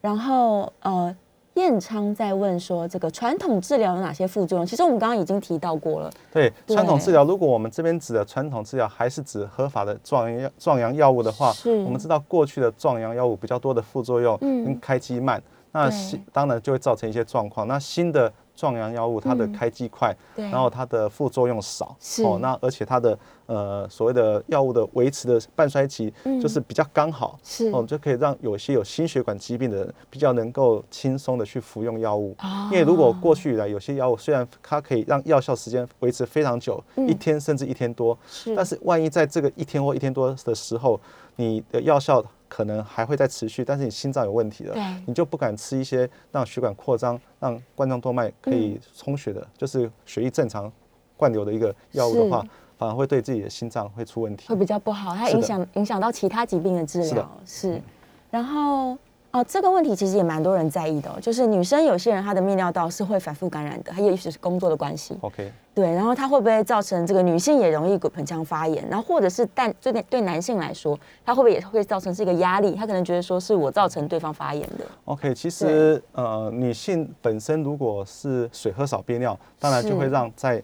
S2: 然后呃，燕昌在问说，这个传统治疗有哪些副作用？其实我们刚刚已经提到过了，
S3: 对，
S2: 对
S3: 传统治疗，如果我们这边指的传统治疗还是指合法的壮阳药壮阳药物的话，
S2: 是嗯
S3: 我们知道过去的壮阳药物比较多的副作用跟开机慢，那
S2: 对
S3: 新当然就会造成一些状况。那新的壮阳药物它的开机快，
S2: 嗯对
S3: 然后它的副作用少哦
S2: 是，
S3: 那而且它的呃所谓的药物的维持的半衰期
S2: 嗯
S3: 就是比较刚好，
S2: 是
S3: 哦，就可以让有些有心血管疾病的人比较能够轻松的去服用药物，
S2: 哦
S3: 因为如果过去以来有些药物虽然它可以让药效时间维持非常久，一天甚至一天多，
S2: 嗯是
S3: 哦但是万一在这个一天或一天多的时候，你的药效可能还会再持续，但是你心脏有问题了
S2: 对，
S3: 你就不敢吃一些让血管扩张、让
S2: 嗯
S3: 冠状动脉可以充血的，就是血液正常灌流的一个药物的话
S2: 是。
S3: 反而会对自己的心脏会出问题
S2: 会。比较不好，它
S3: 是的
S2: 影响影响到其他疾病的治
S3: 是
S2: 疗
S3: 的
S2: 是。然后哦，这个问题其实也蛮多人在意的哦、就是女生有些人她的泌尿道是会反复感染的，她也许是工作的关系，
S3: OK，
S2: 对，然后它会不会造成这个女性也容易骨盆腔发炎？然后或者是但对对男性来说，他会不会也会造成是一个压力？他可能觉得说是我造成对方发炎的，
S3: OK，其实呃，女性本身如果是水喝少憋尿，当然
S2: 是
S3: 就会让在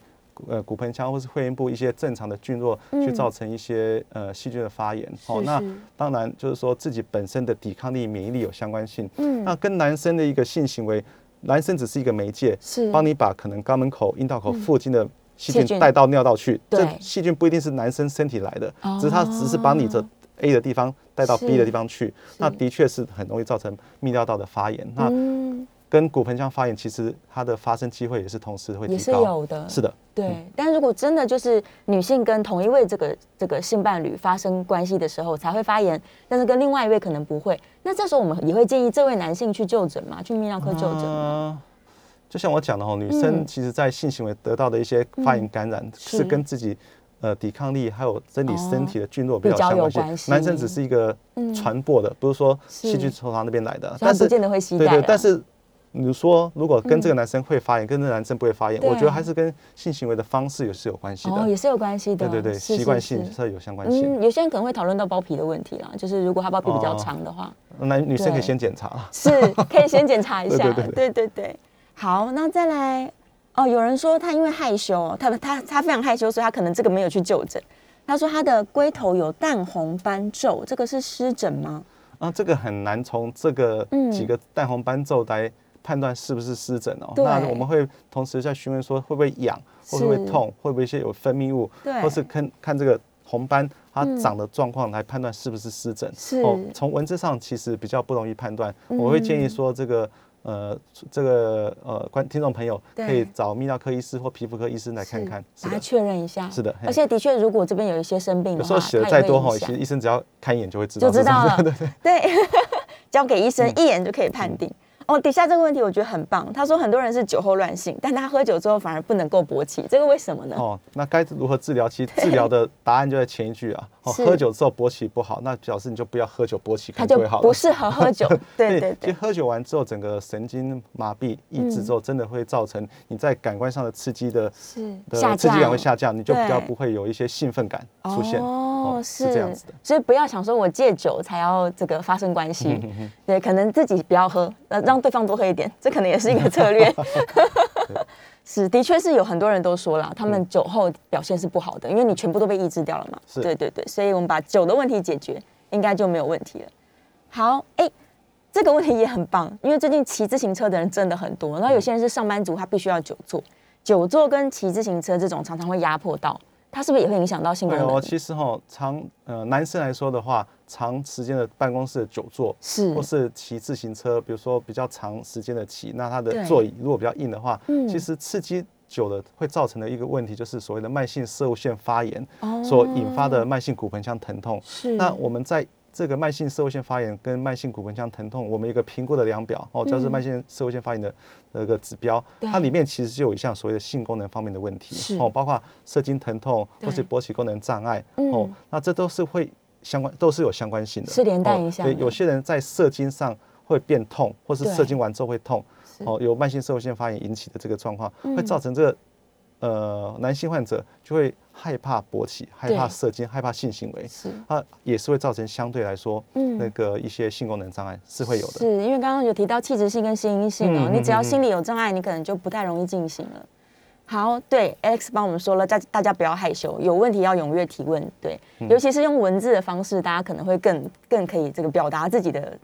S3: 呃骨盆腔或是会阴部一些正常的菌落去造成一些、呃细菌的发炎。
S2: 嗯
S3: 哦
S2: 是
S3: 那
S2: 是
S3: 当然就是说自己本身的抵抗力、免疫力有相关性。嗯，那跟男生的一个性行为，男生只是一个媒介，
S2: 是
S3: 帮你把可能肛门口、阴道口附近的。
S2: 嗯
S3: 细
S2: 细菌
S3: 菌带到尿道去，这
S2: 对
S3: 细菌不一定是男生身体来的，只是它只是把你的
S2: 哦
S3: A 的地方带到 B
S2: 是
S3: 的地方去，那的确是很容易造成泌尿道的发炎。那
S2: 嗯，
S3: 跟骨盆腔发炎，其实它的发生机会也是同时会提高。
S2: 也是有的，
S3: 是的，嗯
S2: 对。但如果真的就是女性跟同一位这个这个性伴侣发生关系的时候才会发炎，但是跟另外一位可能不会，那这时候我们也会建议这位男性去就诊嘛，去泌尿科就诊吗。
S3: 呃就像我讲的哦，女
S2: 嗯
S3: 生其实在性行为得到的一些发炎感染，
S2: 是
S3: 是跟自己呃抵抗力还有整理身体的菌落比
S2: 比较
S3: 较相
S2: 有
S3: 关性。
S2: 关系
S3: 男生只是一个传播的，不是说
S2: 是
S3: 细菌从他那边来的，
S2: 所以他不见得会携带啊
S3: 对对
S2: 啦，
S3: 但是。你说，如果跟这个男生会发炎，跟这个男生不会发炎，
S2: 对
S3: 我觉得还是跟性行为的方式也是有关系的。
S2: 嗯哦，也是有关系的，
S3: 对对对，
S2: 是
S3: 习惯
S2: 是
S3: 性
S2: 是
S3: 是有相关性。
S2: 嗯，有些人可能会讨论到包皮的问题啦，就是如果他包皮比
S3: 哦
S2: 较长的话，
S3: 那女生可
S2: 对
S3: 以先检查。
S2: 是可以先检查一下。
S3: *laughs* 对对对
S2: 对对好，那再来哦，有人说他因为害羞，他他他非常害羞，所以他可能这个没有去就诊。他说他的龟头有淡红斑皱，这个是湿疹吗？
S3: 啊，这个很难从这个
S2: 嗯
S3: 几个淡红斑皱来判断是不是湿疹哦。
S2: 对
S3: 那我们会同时在询问说会不会痒，会不会
S2: 是
S3: 痛，会不会一些有分泌物
S2: 对，
S3: 或是看看这个红斑它长的状况来判断是不是湿疹。哦
S2: 是嗯
S3: 从文字上其实比较不容易判断，我会建议说这个。呃，这个呃，观听众朋友
S2: 对
S3: 可以找泌尿科医师或皮肤科医生来看看。是
S2: 把它
S3: 的，
S2: 确认一下。
S3: 是的嘿
S2: 而且的确，如果这边有一些生病的
S3: 有
S2: 话，
S3: 时候写的
S2: 它也
S3: 再
S2: 会
S3: 多哦
S2: 影
S3: 哈，其
S2: 响
S3: 实医生只要看一眼就会知道
S2: 就
S3: 这
S2: 知
S3: 是什
S2: 道
S3: 么。
S2: 了。
S3: *laughs*
S2: 对 *laughs* 交给医生、
S3: 嗯
S2: 一眼就可以判定。哦，底下这个问题我觉得很棒。他说很多人是酒后乱性，但他喝酒之后反而不能够勃起，这个为什么呢？
S3: 哦，那该如何治疗？其实治疗的答案就在前一句啊。哦，
S2: 是
S3: 喝酒之后勃起不好，那表示你就不要喝酒勃起，
S2: 他
S3: 可能
S2: 就
S3: 会好了
S2: 不适合喝
S3: *laughs*
S2: 酒。对对
S3: 其实
S2: 对，
S3: 喝酒完之后，整个神经麻痹抑制
S2: 嗯
S3: 之后，真的会造成你在感官上的刺激的
S2: 是
S3: 的
S2: 下
S3: 刺激
S2: 降
S3: 感会下降，你就比较
S2: 对
S3: 不会有一些兴奋感出现。
S2: 哦，
S3: 是这样子的。
S2: 所以不要想说我戒酒才要这个发生关
S3: 嗯
S2: 系，对，可能自己不要喝，呃，让对方多喝一点，这可能也是一个策
S3: *laughs*
S2: 略。 *laughs* 是，的确是有很多人都说了，他们酒后表现是不好的，因为你全部都被抑制掉了嘛。
S3: 是
S2: 对对对，所以我们把酒的问题解决，应该就没有问题了。好，哎、这个问题也很棒，因为最近骑自行车的人真的很多，
S3: 嗯
S2: 然后有些人是上班族，他必须要久坐，久坐跟骑自行车这种常常会压迫到，他是不是也会影响到性功
S3: 对
S2: 能？
S3: 哦，其实哈、长呃男生来说的话，长时间的办公室的久坐，
S2: 是
S3: 或是骑自行车，比如说比较长时间的骑，那它
S2: 对
S3: 的座椅如果比较硬的话，
S2: 嗯
S3: 其实刺激久了会造成的一个问题，就是所谓的慢性射物腺发炎
S2: 哦
S3: 所引发的慢性骨盆腔疼痛。
S2: 是
S3: 那我们在这个慢性射物腺发炎跟慢性骨盆腔疼痛，我们有一个评估的量表哦，就是慢性射物腺发炎的那个指标，
S2: 嗯对
S3: 它里面其实就有一项所谓的性功能方面的问题
S2: 是
S3: 哦，包括射精疼痛或是
S2: 对
S3: 勃起功能障碍
S2: 嗯
S3: 哦，那这都是会相关，都是有相关性的，
S2: 是连带
S3: 哦
S2: 影响
S3: 对，
S2: 的
S3: 有些人在射精上会变痛，或是
S2: 对
S3: 射精完之后会痛，哦，由慢性射物腺发炎引起的这个状况，
S2: 嗯
S3: 会造成这个呃男性患者就会害怕勃起、害怕
S2: 对
S3: 射精、害怕性行为，
S2: 是
S3: 它也是会造成相对来说，
S2: 嗯
S3: 那个一些性功能障碍是会有
S2: 是
S3: 的。
S2: 因为刚刚有提到器质性跟心因性哦，
S3: 嗯嗯
S2: 你只要心理有障碍，你可能就不太容易进行了。好，对，Alex 帮我们说了，大大家不要害羞，有问题要踊跃提问，对，
S3: 嗯
S2: 尤其是用文字的方式，大家可能会更更可以这个表达自己的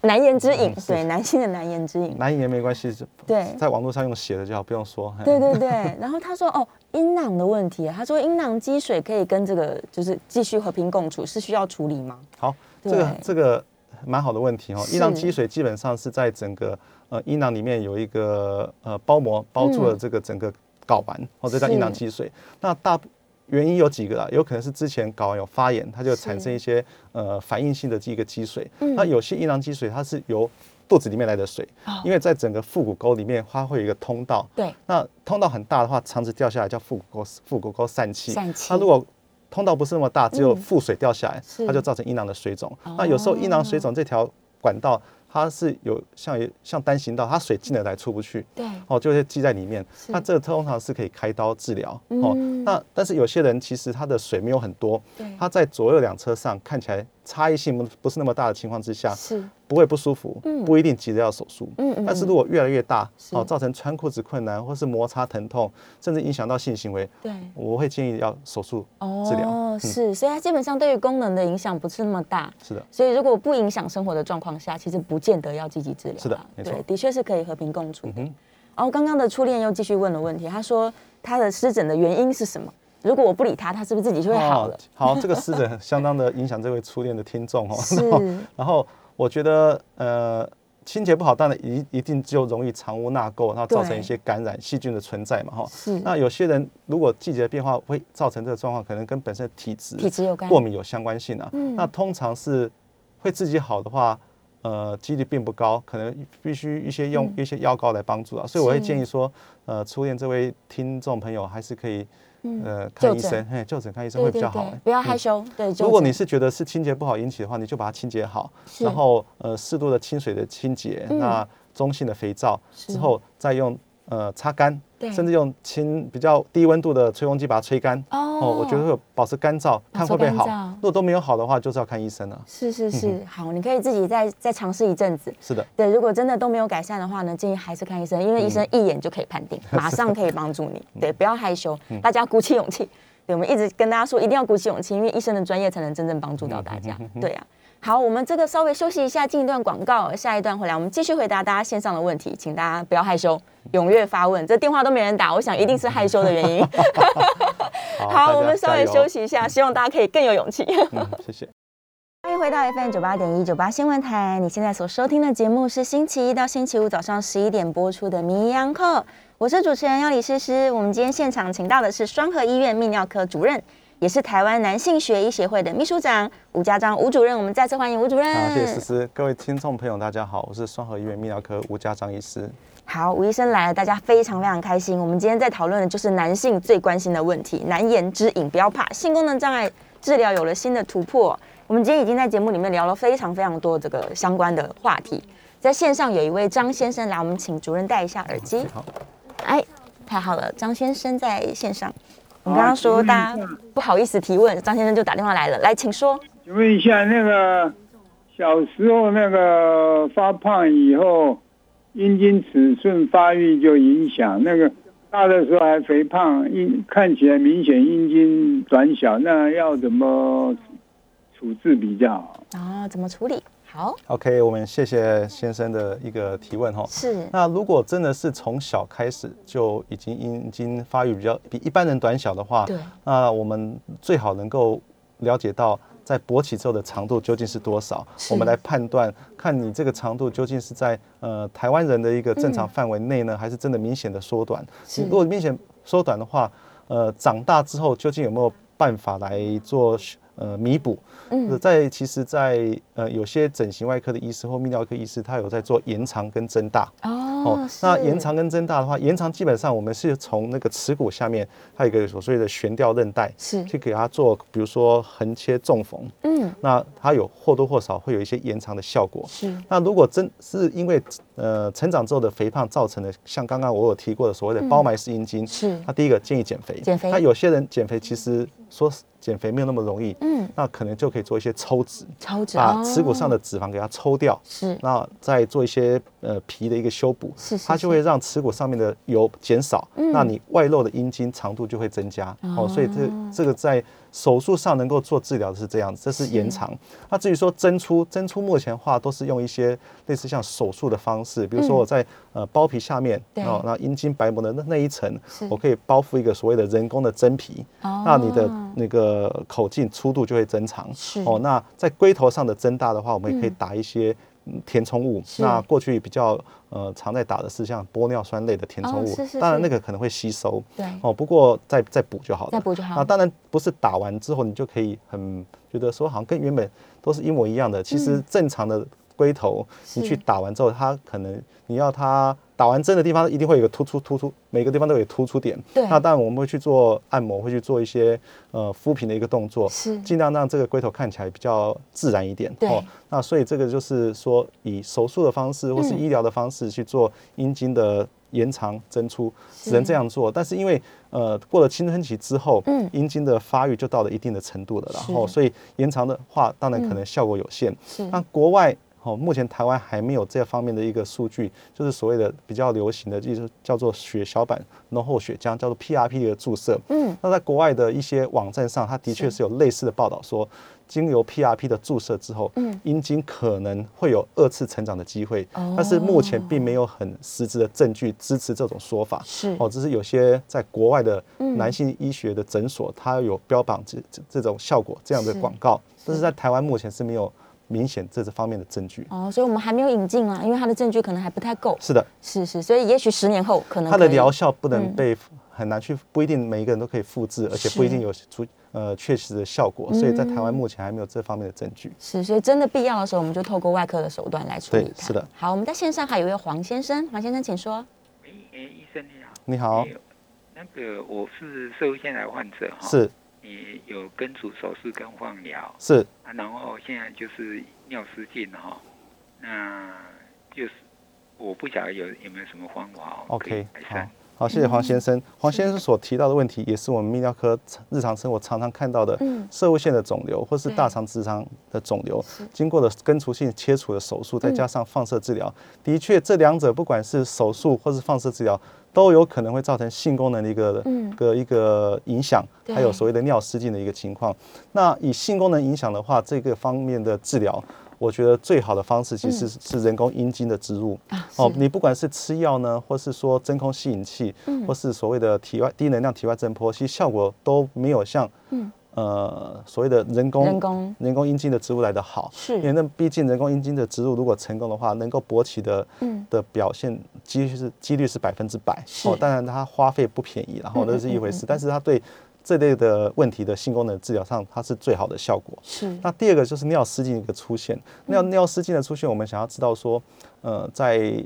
S2: 难言之隐，
S3: 嗯是
S2: 对，男性的难言之隐。
S3: 难以也没关系，就
S2: 对
S3: 在网络上用写的就好，不用说。嘿
S2: 对对对，然后他说哦，阴囊的问题啊，他说阴囊积水可以跟这个就是继续和平共处，是需要处理吗？
S3: 好，这个
S2: 对
S3: 这个蛮好的问题哦。
S2: 是
S3: 阴囊积水基本上是在整个呃阴囊里面有一个呃包膜包住了
S2: 嗯
S3: 这个整个睾丸，哦，这叫
S2: 是
S3: 阴囊积水。那大原因有几个啦，有可能是之前睾丸有发炎，它就
S2: 嗯
S3: 是产生一些呃反应性的这个积水。那有些阴囊积水它是由肚子里面来的水，
S2: 哦
S3: 因为在整个腹股沟里面，它会有一个通道，
S2: 对，
S3: 那通道很大的话，肠子掉下来叫腹股沟腹股沟疝气。
S2: 疝气嗯
S3: 它如果通道不是那么大，只有腹水掉下来，
S2: 是哦
S3: 它就造成阴囊的水肿。那有时候阴囊水肿这条管道，它是有像像单行道，它水进得来出不去。
S2: 对
S3: 哦，就会积在里面。
S2: 是
S3: 那这通常是可以开刀治疗。哦
S2: 嗯，
S3: 那但是有些人其实他的水没有很多
S2: 对，
S3: 他在左右两侧上看起来差异性不不是那么大的情况之下，
S2: 是，
S3: 不会不舒服
S2: 嗯，
S3: 不一定急着要手术。
S2: 啊嗯嗯
S3: 但是如果越来越大，
S2: 是
S3: 哦，造成穿裤子困难，或是摩擦疼痛，甚至影响到性行为，
S2: 对，
S3: 我会建议要手术治疗。
S2: 哦
S3: 嗯，
S2: 是，所以它基本上对于功能的影响不是那么大。
S3: 是的，
S2: 所以，如果不影响生活的状况下，其实不见得要积极治疗啊。
S3: 是的没错嗯
S2: 对，的确是可以和平共处的。
S3: 哼
S2: 然后刚刚的初恋又继续问了问题，他说他的湿疹的原因是什么？如果我不理他，他是不是自己就会好了
S3: 哦？好，这个湿疹 *laughs* 相当的影响这位初恋的听众哦。
S2: 是
S3: 然后， *laughs* 然后我觉得呃。清洁不好，当然一一定就容易藏污纳垢，然后造成
S2: 对
S3: 一些感染细菌的存在嘛，哈。
S2: 是
S3: 那有些人如果季节变化会造成这个状况，可能跟本身的体质、
S2: 体质有关
S3: 过敏有相关性啊。
S2: 嗯
S3: 那通常是会自己好的话，呃，几率并不高，可能必须一些
S2: 嗯
S3: 用一些药膏来帮助啊。所以我会建议说，呃，初恋这位听众朋友还是可以，呃，看
S2: 嗯就
S3: 医
S2: 诊
S3: 生，嘿，就诊看医生
S2: 对
S3: 会比
S2: 对
S3: 较好。哎
S2: 对，
S3: 嗯
S2: 不要害羞。对，就
S3: 如果
S2: 诊
S3: 你是觉得是清洁不好引起的话，你就把它清洁好，
S2: 是嗯
S3: 然后呃适度的清水的清洁，那中性的肥皂之后再用呃擦干
S2: 对，
S3: 甚至用清比较低温度的吹风机把它吹干。
S2: 哦
S3: 我觉得会有保持干燥，看会不会
S2: 保持
S3: 好
S2: 干燥。
S3: 如果都没有好的话，就是要看医生了。
S2: 是是
S3: 嗯
S2: 是，好，你可以自己再再尝试一阵子。
S3: 是的，
S2: 对，如果真的都没有改善的话呢，建议还是看医生，因为医生一眼就可以判定，马上可以帮助
S3: 嗯
S2: 你。对，不要害羞，大家鼓起勇气。对，我们一直跟大家说，一定要鼓起勇气，因为医生的专业才能真正帮助到大
S3: 嗯
S2: 家。对啊，好，我们这个稍微休息一下，进一段广告，下一段回来我们继续回答大家线上的问题，请大家不要害羞，踊跃发问。这电话都没人打，我想一定是害羞的原
S3: *laughs*
S2: 因。
S3: 大
S2: 好，
S3: 家
S2: 我们稍微
S3: 加油
S2: 休。息一下，希望大家可以更有勇气。
S3: 嗯，
S2: *laughs*
S3: 谢谢。
S2: 欢迎回到 FM 九八点一九八新闻台，你现在所收听的节目是星期一到星期五早上十一点播出的《名医央叩》，我是主持人要李诗诗。我们今天现场请到的是双河医院泌尿科主任，也是台湾男性学医协会的秘书长吴家章吴主任，我们再次欢迎吴主任。
S3: 好，谢谢思思。各位听众朋友，大家好，我是双河医院泌尿科吴家章医师。
S2: 好，吴医生来了，大家非常非常开心。我们今天在讨论的就是男性最关心的问题——难言之隐，不要怕。性功能障碍治疗有了新的突破，我们今天已经在节目里面聊了非常非常多这个相关的话题。在线上有一位张先生来，我们请主任戴一下耳机。
S3: 好，
S2: 哎，太好了，张先生在线上。我们刚刚说
S4: 啊
S2: 大家不好意思提问，张先生就打电话来了，来，请说。
S4: 请问一下，那个小时候那个发胖以后，阴茎尺寸发育就影响。那个大的时候还肥胖，阴看起来明显阴茎短小，那要怎么处置比较好？
S2: 啊、怎么处理？好，
S3: OK，我们谢谢先生的一个提问哈。
S2: 是
S3: 那如果真的是从小开始就已经阴茎发育比较比一般人短小的话，
S2: 对
S3: 那我们最好能够了解到在勃起之后的长度究竟是多少，我们来判断看你这个长度究竟是在呃台湾人的一个正常范围内呢，还是真的明显的缩短？如果明显缩短的话，呃，长大之后究竟有没有办法来做呃弥补？嗯，在其实在，呃有些整形外科的医师或泌尿科医师，他有在做延长跟增大。
S2: 哦，
S3: 那
S2: 是
S3: 延长跟增大的话，延长基本上我们是从那个耻骨下面，它有一个所谓的悬吊韧带，
S2: 是
S3: 去给它做，比如说横切纵缝，
S2: 嗯，
S3: 那它有或多或少会有一些延长的效果。
S2: 是
S3: 那如果真是因为呃成长之后的肥胖造成的，像刚刚我有提过的所谓的包埋式阴茎，
S2: 嗯是
S3: 那第一个建议减肥，
S2: 减肥
S3: 那有些人减肥其实说是减肥没有那么容易，嗯，那可能就可以做一些抽脂，
S2: 抽脂
S3: 把
S2: 哦
S3: 耻骨上的脂肪给它抽掉，
S2: 是
S3: 那再做一些呃皮的一个修补，
S2: 是是
S3: 它就会让耻骨上面的油减少，
S2: 嗯
S3: 那你外露的阴茎长度就会增加
S2: 啊
S3: 哦，所以这这个在手术上能够做治疗的是这样子，这是延长。那至于说针出，针出目前的话都是用一些类似像手术的方式，比如说我在呃包皮下面
S2: 嗯对
S3: 哦，那阴茎白膜的那那一层
S2: 是，
S3: 我可以包覆一个所谓的人工的真皮，
S2: 哦
S3: 那你的那个口径粗度就会增长
S2: 是
S3: 哦。那在龟头上的增大的话，我们也可以打一些嗯填充物。
S2: 是
S3: 那过去比较呃常在打的是像玻尿酸类的填充
S2: 哦
S3: 物，
S2: 是是
S3: 当
S2: 是
S3: 然那个可能会吸收，
S2: 对
S3: 哦，不过再再补就好了，
S2: 再补就好
S3: 啊，当然不是打
S2: 嗯
S3: 完之后你就可以很觉得说好像跟原本都是一模一样的，其实正常的龟头，你去打完之后，它可能你要它打完针的地方一定会有一个突出突出，每个地方都有突出点。
S2: 对
S3: 那当然我们会去做按摩，会去做一些呃敷平的一个动作，
S2: 是
S3: 尽量让这个龟头看起来比较自然一点。哦
S2: 对
S3: 那所以这个就是说以手术的方式或
S2: 嗯
S3: 是医疗的方式去做阴茎的。延长增出，只能这样做。但是因为呃过了青春期之后，
S2: 嗯
S3: 阴茎的发育就到了一定的程度了，然后所以延长的话，当然
S2: 嗯
S3: 可能效果有限。
S2: 是
S3: 那国外哦，目前台湾还没有这方面的一个数据，就是所谓的比较流行的，就是叫做血小板浓厚血浆，叫做 PRP 的注射。
S2: 嗯，
S3: 那在国外的一些网站上，它的确是有类似的报道说，经由 PRP 的注射之后，
S2: 嗯
S3: 阴茎可能会有二次成长的机会，
S2: 哦
S3: 但是目前并没有很实质的证据支持这种说法。
S2: 是
S3: 哦，只是有些在国外的男性医学的诊所，它有标榜这这这种效果这样的
S2: 是
S3: 广告，但是在台湾目前是没有明显这方面的证据。
S2: 哦，所以我们还没有引进啦，因为它的证据可能还不太够。
S3: 是的，
S2: 是是，所以也许十年后可能
S3: 它的
S2: 可以
S3: 疗效不能被很难去，不一定每一个人都可以复制，而且不一定有出呃确实的效果，所以在台湾目前还没有这方面的证据。
S2: 是，所以真的必要的时候，我们就透过外科的手段来处理
S3: 对
S2: 它。
S3: 是的。
S2: 好，我们在线上还有一位黄先生，黄先生请说。
S5: 喂，哎，医生你好。
S3: 你好
S5: 哎，那个我是社会腺癌患者哈，
S3: 是
S5: 你有根除手术跟放疗，
S3: 是
S5: 啊然后现在就是尿失禁哈，那就是我不晓得有有没有什么方法哦可以
S3: ，OK，
S5: 改
S3: 好
S5: 善。。
S3: 好，
S2: 嗯
S3: 谢谢黄先生。黄先生所提到的问题，也是我们泌尿科日常生活常常看到的
S2: 嗯
S3: 射物腺的肿瘤，或是
S2: 对
S3: 大肠直肠的肿瘤，经过了根除性切除的手术，
S2: 嗯
S3: 再加上放射治疗，的确这两者不管是手术或是放射治疗，都有可能会造成性功能的一个、
S2: 嗯
S3: 个一个影响，
S2: 对
S3: 还有所谓的尿失禁的一个情况。那以性功能影响的话，这个方面的治疗。我觉得最好的方式其实是是人工阴茎的植入，
S2: 嗯啊
S3: 哦，
S2: 是
S3: 你不管是吃药呢，或是说真空吸引器，
S2: 嗯
S3: 或是所谓的体外低能量体外震波，其实效果都没有像、呃所谓的人工
S2: 嗯人工
S3: 人工阴茎的植入来的好。
S2: 是
S3: 因为那毕竟人工阴茎的植入如果成功的话，能够勃起的、
S2: 嗯
S3: 的表现几率是几率是百分之百。
S2: 是嗯
S3: 哦，当然它花费不便宜，然后那是一回事，但是它对这类的问题的性功能治疗上，它是最好的效果。
S2: 是
S3: 那第二个就是尿失禁的一个出现。尿
S2: 嗯
S3: 尿失禁的出现，我们想要知道说，呃，在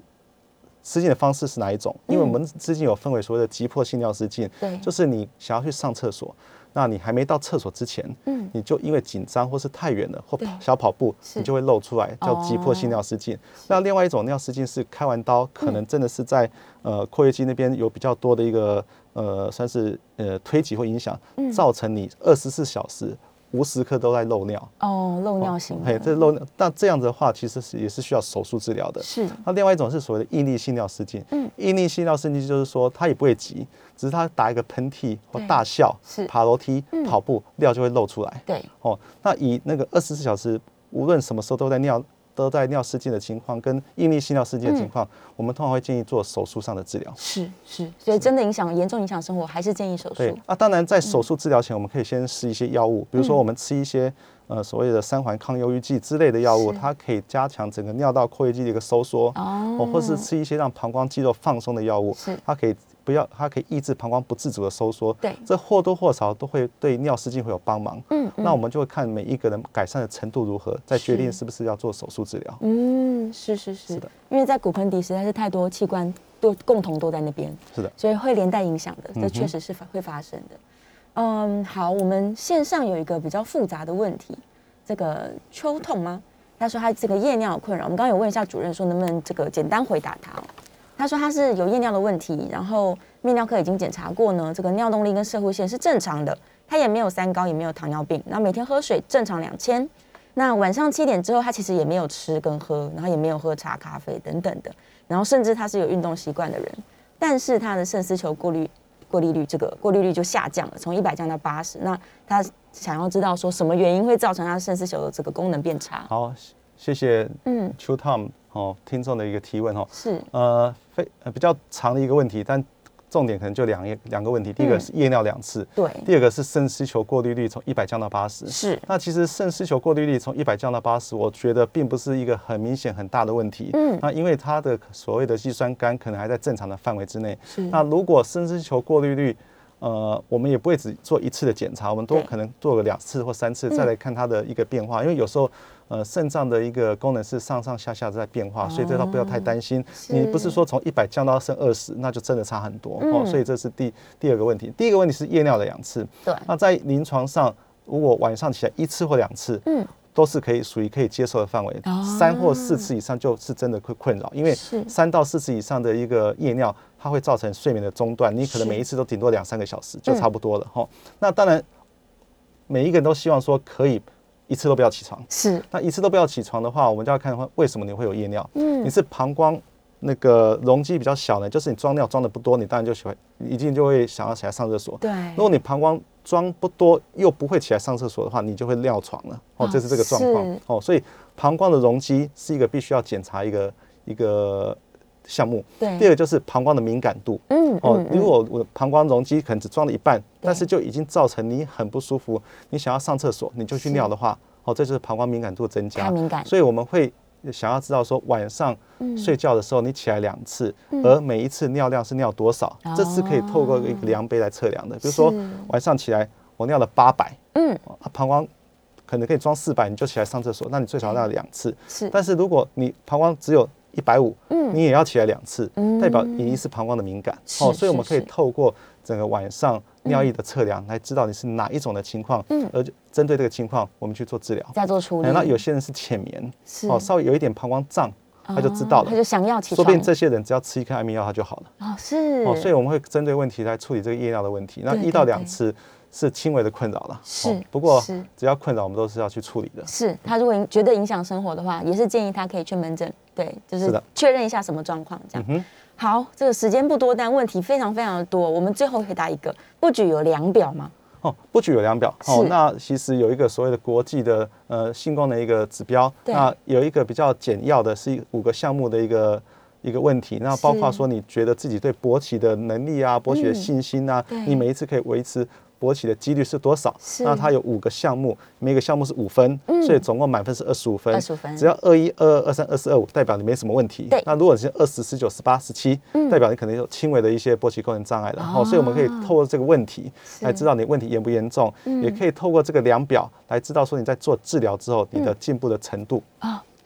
S3: 失禁的方式是哪一种？因为我们失禁有分为所谓的急迫性尿失禁，
S2: 嗯对
S3: 就是你想要去上厕所，那你还没到厕所之前，
S2: 嗯
S3: 你就因为紧张或是太远了或
S2: 对
S3: 小跑步，
S2: 是
S3: 你就会漏出来，叫急迫
S2: 哦
S3: 性尿失禁。那另外一种尿失禁是开完刀，可能真的是在、
S2: 嗯
S3: 呃括约肌那边有比较多的一个呃算是呃推挤或影响，
S2: 嗯
S3: 造成你二十四小时无时刻都在漏尿。
S2: 哦，漏尿型
S3: 嘿，
S2: 的，
S3: 这漏尿，那这样子的话，其实是也是需要手术治疗的。
S2: 是
S3: 那另外一种是所谓的应力性尿失禁，嗯，应力性尿失禁就是说它也不会急，只是它打一个喷嚏或
S2: 对
S3: 大笑
S2: 是，
S3: 爬楼梯、跑步尿就会漏出来。
S2: 对，
S3: 哦，那以那个二十四小时无论什么时候都在尿都在尿失禁的情况，跟应力性尿失禁的情况，我们通常会建议做手术上的治疗。
S2: 是是，所以真的影响严重影响生活，还是建议手
S3: 对
S2: 术。
S3: 啊，当然在手术治疗前，我们可以先试一些药物，比如说我们吃一些呃所谓的三环抗忧郁剂之类的药物，
S2: 嗯是
S3: 它可以加强整个尿道括约肌的一个收缩，
S2: 哦
S3: 或是吃一些让膀胱肌肉放松的药物
S2: 是，
S3: 它可以不要，它可以抑制膀胱不自主的收缩，
S2: 对
S3: 这或多或少都会对尿失禁会有帮忙。
S2: 嗯
S3: 那我们就会看每一个人改善的程度如何，再决定是不是要做手术治疗。
S2: 嗯，是是是
S3: 是的，
S2: 因为在骨盆底实在是太多器官都共同都在那边，
S3: 是的，嗯
S2: 所以会连带影响的，这
S3: 哼
S2: 确实是发会发生的。嗯，好，我们线上有一个比较复杂的问题，这个秋痛吗？他说他这个夜尿有困扰，我们刚刚有问一下主任说能不能这个简单回答他哦。他说他是有夜尿的问题，然后泌尿科已经检查过呢，这个尿动力跟射护腺是正常的，他也没有三高，也没有糖尿病，那每天喝水正常两千，那晚上七点之后，他其实也没有吃跟喝，然后也没有喝茶、咖啡等等的，然后甚至他是有运动习惯的人，但是他的肾丝球过滤过滤率这个过滤率就下降了，从一百降到八十。那他想要知道说什么原因会造成他肾丝球的这个功能变差？
S3: 好，谢谢
S2: 嗯，
S3: 邱 Tom 哦听众的一个提问哦。
S2: 是
S3: 呃，非呃比较长的一个问题，但重点可能就两个两个问题。第一
S2: 嗯
S3: 个是夜尿两次，
S2: 对
S3: 第二个是肾丝球过滤率从一百降到八十。
S2: 是
S3: 那其实肾丝球过滤率从一百降到八十，我觉得并不是一个很明显很大的问题。
S2: 嗯
S3: 那因为它的所谓的肌酸酐可能还在正常的范围之内。
S2: 是
S3: 那如果肾丝球过滤率呃，我们也不会只做一次的检查，我们都
S2: 对嗯
S3: 可能做个两次或三次，再来看它的一个变化。因为有时候，呃，肾脏的一个功能是上上下下在变
S2: 哦
S3: 化，所以这倒不要太担心。你不是说从一百降到剩二十，那就真的差很多、
S2: 嗯
S3: 哦。所以这是第第二个问题。第一个问题是夜尿的两次，
S2: 对，
S3: 那在临床上，如果晚上起来一次或两次，
S2: 嗯，
S3: 都是可以属于可以接受的范围
S2: 哦，
S3: 三或四次以上就是真的会困扰，因为
S2: 是
S3: 三到四次以上的一个夜尿，它会造成睡眠的中断，你可
S2: 是
S3: 能
S2: 嗯
S3: 每一次都顶多两三个小时就差不多了哈、吼那当然，每一个人都希望说可以一次都不要起床，
S2: 是，
S3: 那一次都不要起床的话，我们就要看为什么你会有夜尿。
S2: 嗯
S3: 你是膀胱那个容积比较小呢，就是你装尿装的不多，你当然就喜欢，一定就会想要起来上厕所。
S2: 对，
S3: 如果你膀胱装不多又不会起来上厕所的话，你就会尿床了。哦
S2: 哦，
S3: 这是这个状
S2: 是
S3: 况哦，所以膀胱的容积是一个必须要检查一个一个项目。
S2: 对
S3: 第二个就是膀胱的敏感度。
S2: 嗯
S3: 哦
S2: 嗯，
S3: 如果我膀胱容积可能只装了一半，但是就已经造成你很不舒服，你想要上厕所你就去尿的话，哦，这就是膀胱敏感度增加。
S2: 太敏感
S3: 所以我们会想要知道说晚上
S2: 嗯
S3: 睡觉的时候你起来两次，而每一次尿量是尿多少，这是可以透过一个量杯来测量的。比如说
S2: 哦是
S3: 晚上起来我尿了八百，
S2: 嗯
S3: 哦啊，膀胱可能可以装四百，你就起来上厕所，那你最少要两次。
S2: 是
S3: 但是如果你膀胱只有一百五，
S2: 嗯
S3: 你也要起来两次，
S2: 嗯
S3: 代表你已经是膀胱的敏感
S2: 是
S3: 哦，所以我
S2: 是
S3: 们可以
S2: 是
S3: 透过整个晚上尿液的测量来知道你是哪一种的情况，
S2: 嗯
S3: 而针对这个情况我们去做治疗。
S2: 在做处理，
S3: 哎那有些人是浅眠
S2: 是，哦
S3: 哦，稍微有一点膀胱胀，他就知道
S2: 他就
S3: 了。
S2: 想要起
S3: 说
S2: 床，
S3: 不定这些人只要吃一颗安眠药，他就好了。
S2: 哦是
S3: 哦，所以我们会针对问题来处理这个夜尿的问题。那
S2: 对对
S3: 一到两次是轻微的困扰了，
S2: 是
S3: 哦不过
S2: 是
S3: 只要困扰，我们都是要去处理的。
S2: 是他如果影觉得影响生活的话，也是建议他可以去门诊，对，就是
S3: 是
S2: 是
S3: 的嗯
S2: 确认一下什么状况这样。
S3: 哼
S2: 好，这个时间不多，但问题非常非常的多。我们最后回答一个，不举有量表吗？
S3: 哦，不举有量表哦
S2: 是，
S3: 那其实有一个所谓的国际的呃性功能一个指标，
S2: 对
S3: 那有一个比较简要的是五个项目的一个一个问题，那包括说你觉得自己对勃起的能力啊、勃起的信心啊，
S2: 嗯对
S3: 你每一次可以维持。勃起的几率是多少
S2: 是？嗯
S3: 那它有五个项目，每个项目是五分，所以总共满分是二十五分。
S2: 25分
S3: 只要二一、二二、二三、二四、二五，代表你没什么问题
S2: 对。嗯
S3: 那如果你是二十、十九、十八、十七，代表你可能有轻微的一些勃起功能障碍了。然
S2: 哦
S3: 后，所以我们可以透过这个问题来知道你问题严不严重，也可以透过这个量表来知道说你在做治疗之后你的进步的程度。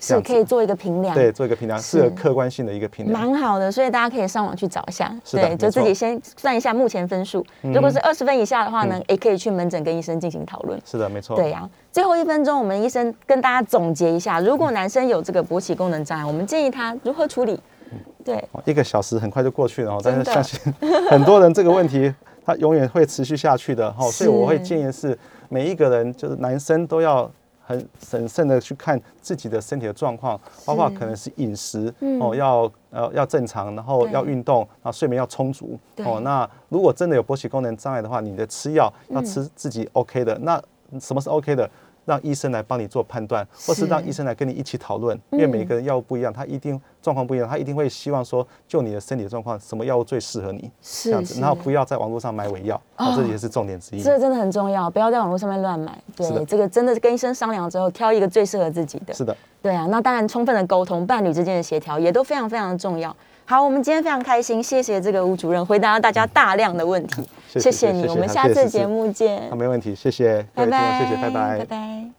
S3: 这
S2: 是
S3: 样子
S2: 可以做一个评量，
S3: 哦对，，做一个评量，
S2: 是
S3: 是个客观性的一个评量。
S2: 蛮好的，所以大家可以上网去找一下，
S3: 是的
S2: 对，
S3: 没
S2: 就
S3: 错嗯
S2: 自己先算一下目前分数。如果是二十分以下的话呢，也可以去门诊跟医生进行讨论。
S3: 是嗯的，没错。
S2: 对呀、啊最后一分钟，我们医生跟大家总结一下，如
S3: 嗯
S2: 果男生有这个勃起功能障碍，我们建议他如何处理？对，
S3: 哦一个小时很快就过去了哦，但
S2: 真
S3: 是
S2: 的
S3: 相信 *laughs* 很多人这个问题，它永远会持续下去的哈、哦。所以我会建议是每一个人，就是男生都要很审慎的去看自己的身体的状况，包括可能是饮食、哦，要呃要正常，然后
S2: 嗯对
S3: 要运动，然后睡眠要充足
S2: 对
S3: 哦。那如果真的有勃起功能障碍的话，你的吃药要
S2: 嗯
S3: 吃自己 OK 的，那什么是 OK 的？让医生来帮你做判断，或是让医生来跟你一起讨论，因为每
S2: 嗯
S3: 个人药物不一样，他一定状况不一样，他一定会希望说，就你的身体状况，什么药物最适合你，
S2: 是
S3: 这样子，然后不要在网络上买伪药，哦，这也是重点之一。
S2: 这真的很重要，不要在网络上面乱买。
S3: 是
S2: 对，
S3: 的
S2: 这个真的跟医生商量之后，挑一个最适合自己的。
S3: 是的，
S2: 对啊，那当然充分的沟通，伴侣之间的协调也都非常非常重要。好，我们今天非常开心，谢谢这个吴主任回答了大家大量的问题，
S3: 谢
S2: 谢
S3: 谢
S2: 谢
S3: 谢
S2: 你，
S3: 谢
S2: 我们
S3: 很
S2: 下
S3: 谢谢
S2: 次
S3: 思思
S2: 节目见
S3: 好，，没问题，谢谢各
S2: 拜
S3: 位听众，
S2: 拜，
S3: 谢谢，拜
S2: 拜拜。